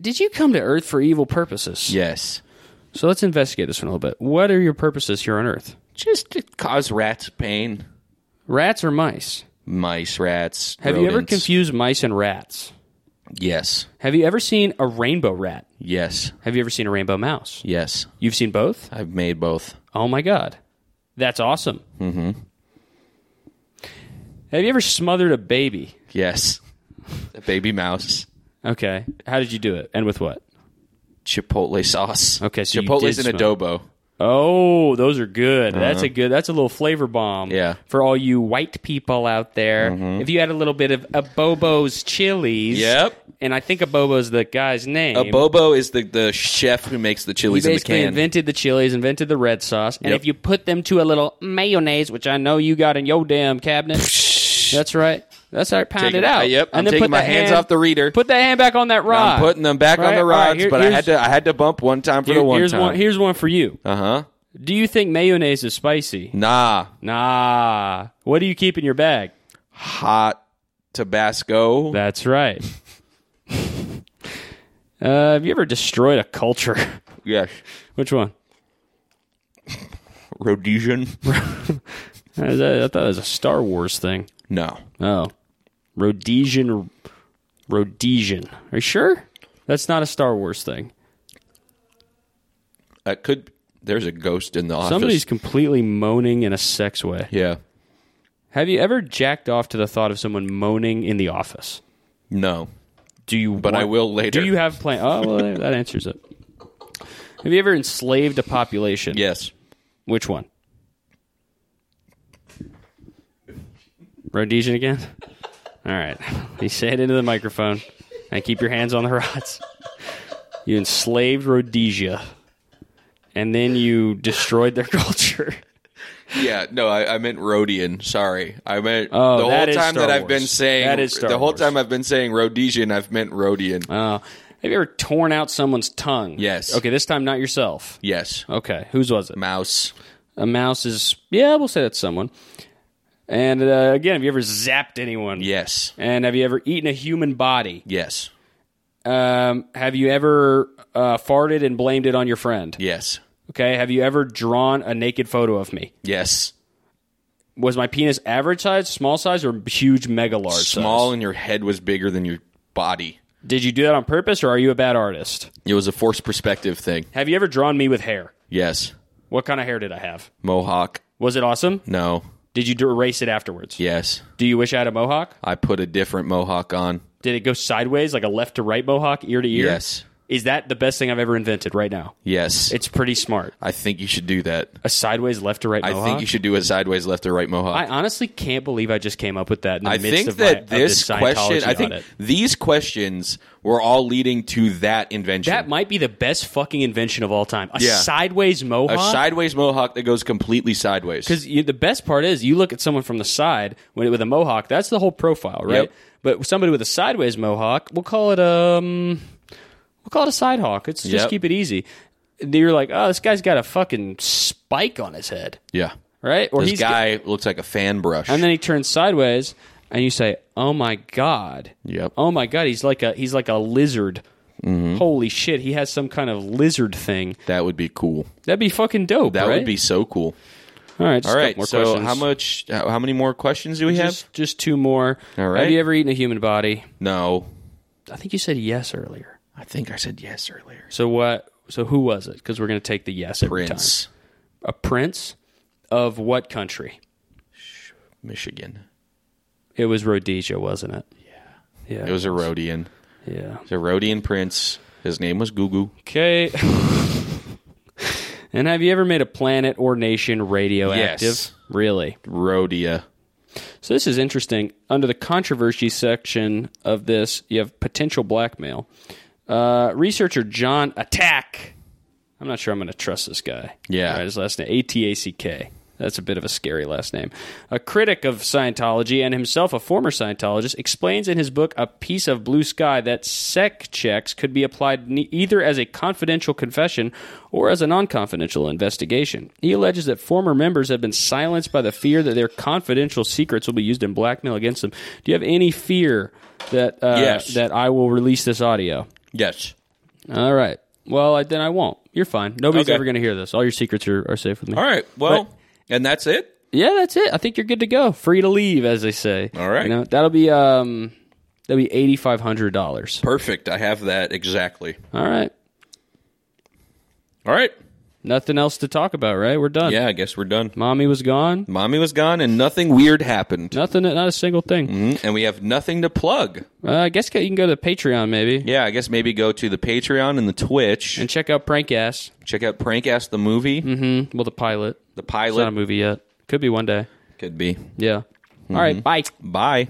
[SPEAKER 3] Did you come to Earth for evil purposes?
[SPEAKER 4] Yes.
[SPEAKER 3] So let's investigate this one a little bit. What are your purposes here on Earth?
[SPEAKER 4] Just to cause rats pain.
[SPEAKER 3] Rats or mice?
[SPEAKER 4] Mice, rats.
[SPEAKER 3] Have you ever
[SPEAKER 4] rodents.
[SPEAKER 3] confused mice and rats?
[SPEAKER 4] Yes.
[SPEAKER 3] Have you ever seen a rainbow rat?
[SPEAKER 4] Yes.
[SPEAKER 3] Have you ever seen a rainbow mouse?
[SPEAKER 4] Yes.
[SPEAKER 3] You've seen both?
[SPEAKER 4] I've made both.
[SPEAKER 3] Oh my god. That's awesome. Mm-hmm. Have you ever smothered a baby?
[SPEAKER 4] Yes. A baby mouse.
[SPEAKER 3] Okay. How did you do it? And with what?
[SPEAKER 4] Chipotle sauce.
[SPEAKER 3] Okay, so you
[SPEAKER 4] Chipotle's
[SPEAKER 3] did
[SPEAKER 4] an
[SPEAKER 3] smell-
[SPEAKER 4] adobo.
[SPEAKER 3] Oh, those are good. That's a good. That's a little flavor bomb.
[SPEAKER 4] Uh-huh. Yeah. Mm-hmm.
[SPEAKER 3] For all you white people out there, if you had a little bit of a Bobo's chilies.
[SPEAKER 4] Yep.
[SPEAKER 3] And I think a Bobo's the guy's name.
[SPEAKER 4] A bobo is the, the chef who makes the
[SPEAKER 3] He
[SPEAKER 4] chilies in the
[SPEAKER 3] basically
[SPEAKER 4] can.
[SPEAKER 3] invented the chilies, invented the red sauce, and
[SPEAKER 4] Yep.
[SPEAKER 3] if you put them to a little mayonnaise, which I know you got in your damn cabinet, that's right. That's right. Pound
[SPEAKER 4] Taking-
[SPEAKER 3] it out.
[SPEAKER 4] Yep,
[SPEAKER 3] And
[SPEAKER 4] I'm
[SPEAKER 3] then
[SPEAKER 4] taking
[SPEAKER 3] put
[SPEAKER 4] my
[SPEAKER 3] that
[SPEAKER 4] hands
[SPEAKER 3] hand-
[SPEAKER 4] off the reader.
[SPEAKER 3] Put that hand back on that rod.
[SPEAKER 4] I'm putting them back on
[SPEAKER 3] Right?
[SPEAKER 4] the
[SPEAKER 3] All right,
[SPEAKER 4] rods,
[SPEAKER 3] here-
[SPEAKER 4] but I had
[SPEAKER 3] here's-
[SPEAKER 4] to I had to bump one time for
[SPEAKER 3] here-
[SPEAKER 4] the one
[SPEAKER 3] here's
[SPEAKER 4] time.
[SPEAKER 3] one. Here's one for you.
[SPEAKER 4] uh huh.
[SPEAKER 3] Do you think mayonnaise is spicy?
[SPEAKER 4] Nah,
[SPEAKER 3] Nah. What do you keep in your bag?
[SPEAKER 4] hot Tabasco.
[SPEAKER 3] That's right. uh, have you ever destroyed a culture?
[SPEAKER 4] yes,
[SPEAKER 3] Which one?
[SPEAKER 4] Rhodesian.
[SPEAKER 3] I was- I thought it was a Star Wars thing.
[SPEAKER 4] no,
[SPEAKER 3] Oh, Rhodesian, Rhodesian. Are you sure? That's not a Star Wars thing.
[SPEAKER 4] that could. There's a ghost in the office.
[SPEAKER 3] Somebody's completely moaning in a sex way.
[SPEAKER 4] Yeah.
[SPEAKER 3] Have you ever jacked off to the thought of someone moaning in the office?
[SPEAKER 4] No.
[SPEAKER 3] Do you?
[SPEAKER 4] But I will later.
[SPEAKER 3] Do you have plan? Oh, well, that answers it. Have you ever enslaved a population?
[SPEAKER 4] Yes.
[SPEAKER 3] Which one? Rhodesian again? All right. You say it into the microphone and keep your hands on the rods. You enslaved Rhodesia and then you destroyed their culture.
[SPEAKER 4] Yeah. No, I, I meant Rhodian. Sorry, I meant
[SPEAKER 3] Oh,
[SPEAKER 4] the whole
[SPEAKER 3] that
[SPEAKER 4] time
[SPEAKER 3] is Star
[SPEAKER 4] that I've been
[SPEAKER 3] Wars.
[SPEAKER 4] saying
[SPEAKER 3] That is Star
[SPEAKER 4] the whole
[SPEAKER 3] Wars.
[SPEAKER 4] time I've been saying Rhodesian. I've meant Rhodian.
[SPEAKER 3] Uh, have you ever torn out someone's tongue?
[SPEAKER 4] Yes.
[SPEAKER 3] Okay, this time not yourself.
[SPEAKER 4] yes.
[SPEAKER 3] Okay, whose was it?
[SPEAKER 4] Mouse.
[SPEAKER 3] A mouse is, yeah, we'll say that's someone. And uh, again, have you ever zapped anyone?
[SPEAKER 4] Yes.
[SPEAKER 3] And have you ever eaten a human body?
[SPEAKER 4] Yes.
[SPEAKER 3] Um, have you ever uh, farted and blamed it on your friend?
[SPEAKER 4] Yes.
[SPEAKER 3] Okay. Have you ever drawn a naked photo of me?
[SPEAKER 4] Yes.
[SPEAKER 3] Was my penis average size, small size, or huge, mega large?
[SPEAKER 4] Small
[SPEAKER 3] Size?
[SPEAKER 4] and your head was bigger than your body.
[SPEAKER 3] Did you do that on purpose, or are you a bad artist?
[SPEAKER 4] It was a forced perspective thing.
[SPEAKER 3] Have you ever drawn me with hair?
[SPEAKER 4] Yes.
[SPEAKER 3] What kind of hair did I have?
[SPEAKER 4] Mohawk.
[SPEAKER 3] Was it awesome?
[SPEAKER 4] No.
[SPEAKER 3] Did you do- erase it afterwards?
[SPEAKER 4] Yes.
[SPEAKER 3] Do you wish I had a mohawk?
[SPEAKER 4] I put a different mohawk on.
[SPEAKER 3] Did it go sideways, like a left to right mohawk, ear to ear?
[SPEAKER 4] Yes.
[SPEAKER 3] Is that the best thing I've ever invented right now?
[SPEAKER 4] Yes.
[SPEAKER 3] It's pretty smart.
[SPEAKER 4] I think you should do that.
[SPEAKER 3] A sideways left to right
[SPEAKER 4] I
[SPEAKER 3] mohawk.
[SPEAKER 4] think you should do a sideways left or right mohawk.
[SPEAKER 3] I honestly can't believe I just came up with that. In the
[SPEAKER 4] I
[SPEAKER 3] midst
[SPEAKER 4] think
[SPEAKER 3] of my,
[SPEAKER 4] that
[SPEAKER 3] of
[SPEAKER 4] this question,
[SPEAKER 3] Scientology
[SPEAKER 4] I think
[SPEAKER 3] audit.
[SPEAKER 4] these questions were all leading to that invention.
[SPEAKER 3] that might be the best fucking invention of all time. A
[SPEAKER 4] Yeah.
[SPEAKER 3] sideways
[SPEAKER 4] a
[SPEAKER 3] mohawk.
[SPEAKER 4] sideways mohawk that goes completely sideways.
[SPEAKER 3] Because the best part is you look at someone from the side when, with a mohawk. That's the whole profile, right?
[SPEAKER 4] Yep.
[SPEAKER 3] But somebody with a sideways mohawk, we'll call it um, we'll call it a side hawk. It's just
[SPEAKER 4] Yep.
[SPEAKER 3] keep it easy. You're like, oh, this guy's got a fucking spike on his head,
[SPEAKER 4] yeah.
[SPEAKER 3] right? Or
[SPEAKER 4] This
[SPEAKER 3] he's
[SPEAKER 4] guy looks like a fan brush.
[SPEAKER 3] and then he turns sideways, and you say, "Oh my god!"
[SPEAKER 4] Yep.
[SPEAKER 3] Oh my god, he's like a he's like a lizard.
[SPEAKER 4] Mm-hmm.
[SPEAKER 3] Holy shit, he has some kind of lizard thing.
[SPEAKER 4] that would be cool.
[SPEAKER 3] That'd be fucking dope.
[SPEAKER 4] That
[SPEAKER 3] right?
[SPEAKER 4] would be so cool.
[SPEAKER 3] all right. Just
[SPEAKER 4] All
[SPEAKER 3] a couple
[SPEAKER 4] right.
[SPEAKER 3] more
[SPEAKER 4] so
[SPEAKER 3] questions.
[SPEAKER 4] how much? uh, How how many more questions do we have?
[SPEAKER 3] Just, just two more.
[SPEAKER 4] All right.
[SPEAKER 3] Have you ever eaten a human body?
[SPEAKER 4] No.
[SPEAKER 3] I think you said yes earlier.
[SPEAKER 4] I think I said yes earlier.
[SPEAKER 3] So what? So who was it? Because we're gonna take the yes every
[SPEAKER 4] Prince,
[SPEAKER 3] time. A prince of what country?
[SPEAKER 4] Michigan.
[SPEAKER 3] It was Rhodesia, wasn't it? Yeah. Yeah.
[SPEAKER 4] It was a Rhodian.
[SPEAKER 3] yeah.
[SPEAKER 4] It's a Rhodian prince. His name was Gugu.
[SPEAKER 3] Okay. and have you ever made a planet or nation radioactive?
[SPEAKER 4] Yes.
[SPEAKER 3] Really?
[SPEAKER 4] Rhodia.
[SPEAKER 3] So this is interesting. Under the controversy section of this, you have potential blackmail. Uh, researcher John Attack. I'm not sure I'm going to trust this guy.
[SPEAKER 4] Yeah.
[SPEAKER 3] Right, his last name A T A C K. That's a bit of a scary last name. A critic of Scientology and himself a former Scientologist explains in his book A Piece of Blue Sky that sec checks could be applied ne- either as a confidential confession or as a non-confidential investigation. He alleges that former members have been silenced by the fear that their confidential secrets will be used in blackmail against them. Do you have any fear that uh,
[SPEAKER 4] Yes.
[SPEAKER 3] that I will release this audio?
[SPEAKER 4] Yes.
[SPEAKER 3] All right. Well, I, then I won't. You're fine. Nobody's
[SPEAKER 4] Okay.
[SPEAKER 3] ever going to hear this. All your secrets are, are safe with me.
[SPEAKER 4] All right. Well, and that's it.
[SPEAKER 3] Yeah, that's it. I think you're good to go. Free to leave, as they say.
[SPEAKER 4] All right.
[SPEAKER 3] You know, that'll be um, that'll be eighty five hundred dollars.
[SPEAKER 4] Perfect. I have that exactly.
[SPEAKER 3] All right.
[SPEAKER 4] All right.
[SPEAKER 3] Nothing else to talk about, right? We're done.
[SPEAKER 4] Yeah, I guess we're done.
[SPEAKER 3] Mommy was gone.
[SPEAKER 4] Mommy was gone and nothing weird happened.
[SPEAKER 3] Nothing. Not a single thing.
[SPEAKER 4] Mm, And we have nothing to plug.
[SPEAKER 3] Uh, I guess you can go to Patreon maybe
[SPEAKER 4] Yeah, I guess maybe go to the Patreon and the Twitch.
[SPEAKER 3] and check out Prank Ass.
[SPEAKER 4] check out Prank Ass the movie,
[SPEAKER 3] Mm, well, the pilot.
[SPEAKER 4] the
[SPEAKER 3] It's not a
[SPEAKER 4] pilot.
[SPEAKER 3] movie yet. Could be one day.
[SPEAKER 4] Could be.
[SPEAKER 3] Yeah. All right. Bye.
[SPEAKER 4] Bye.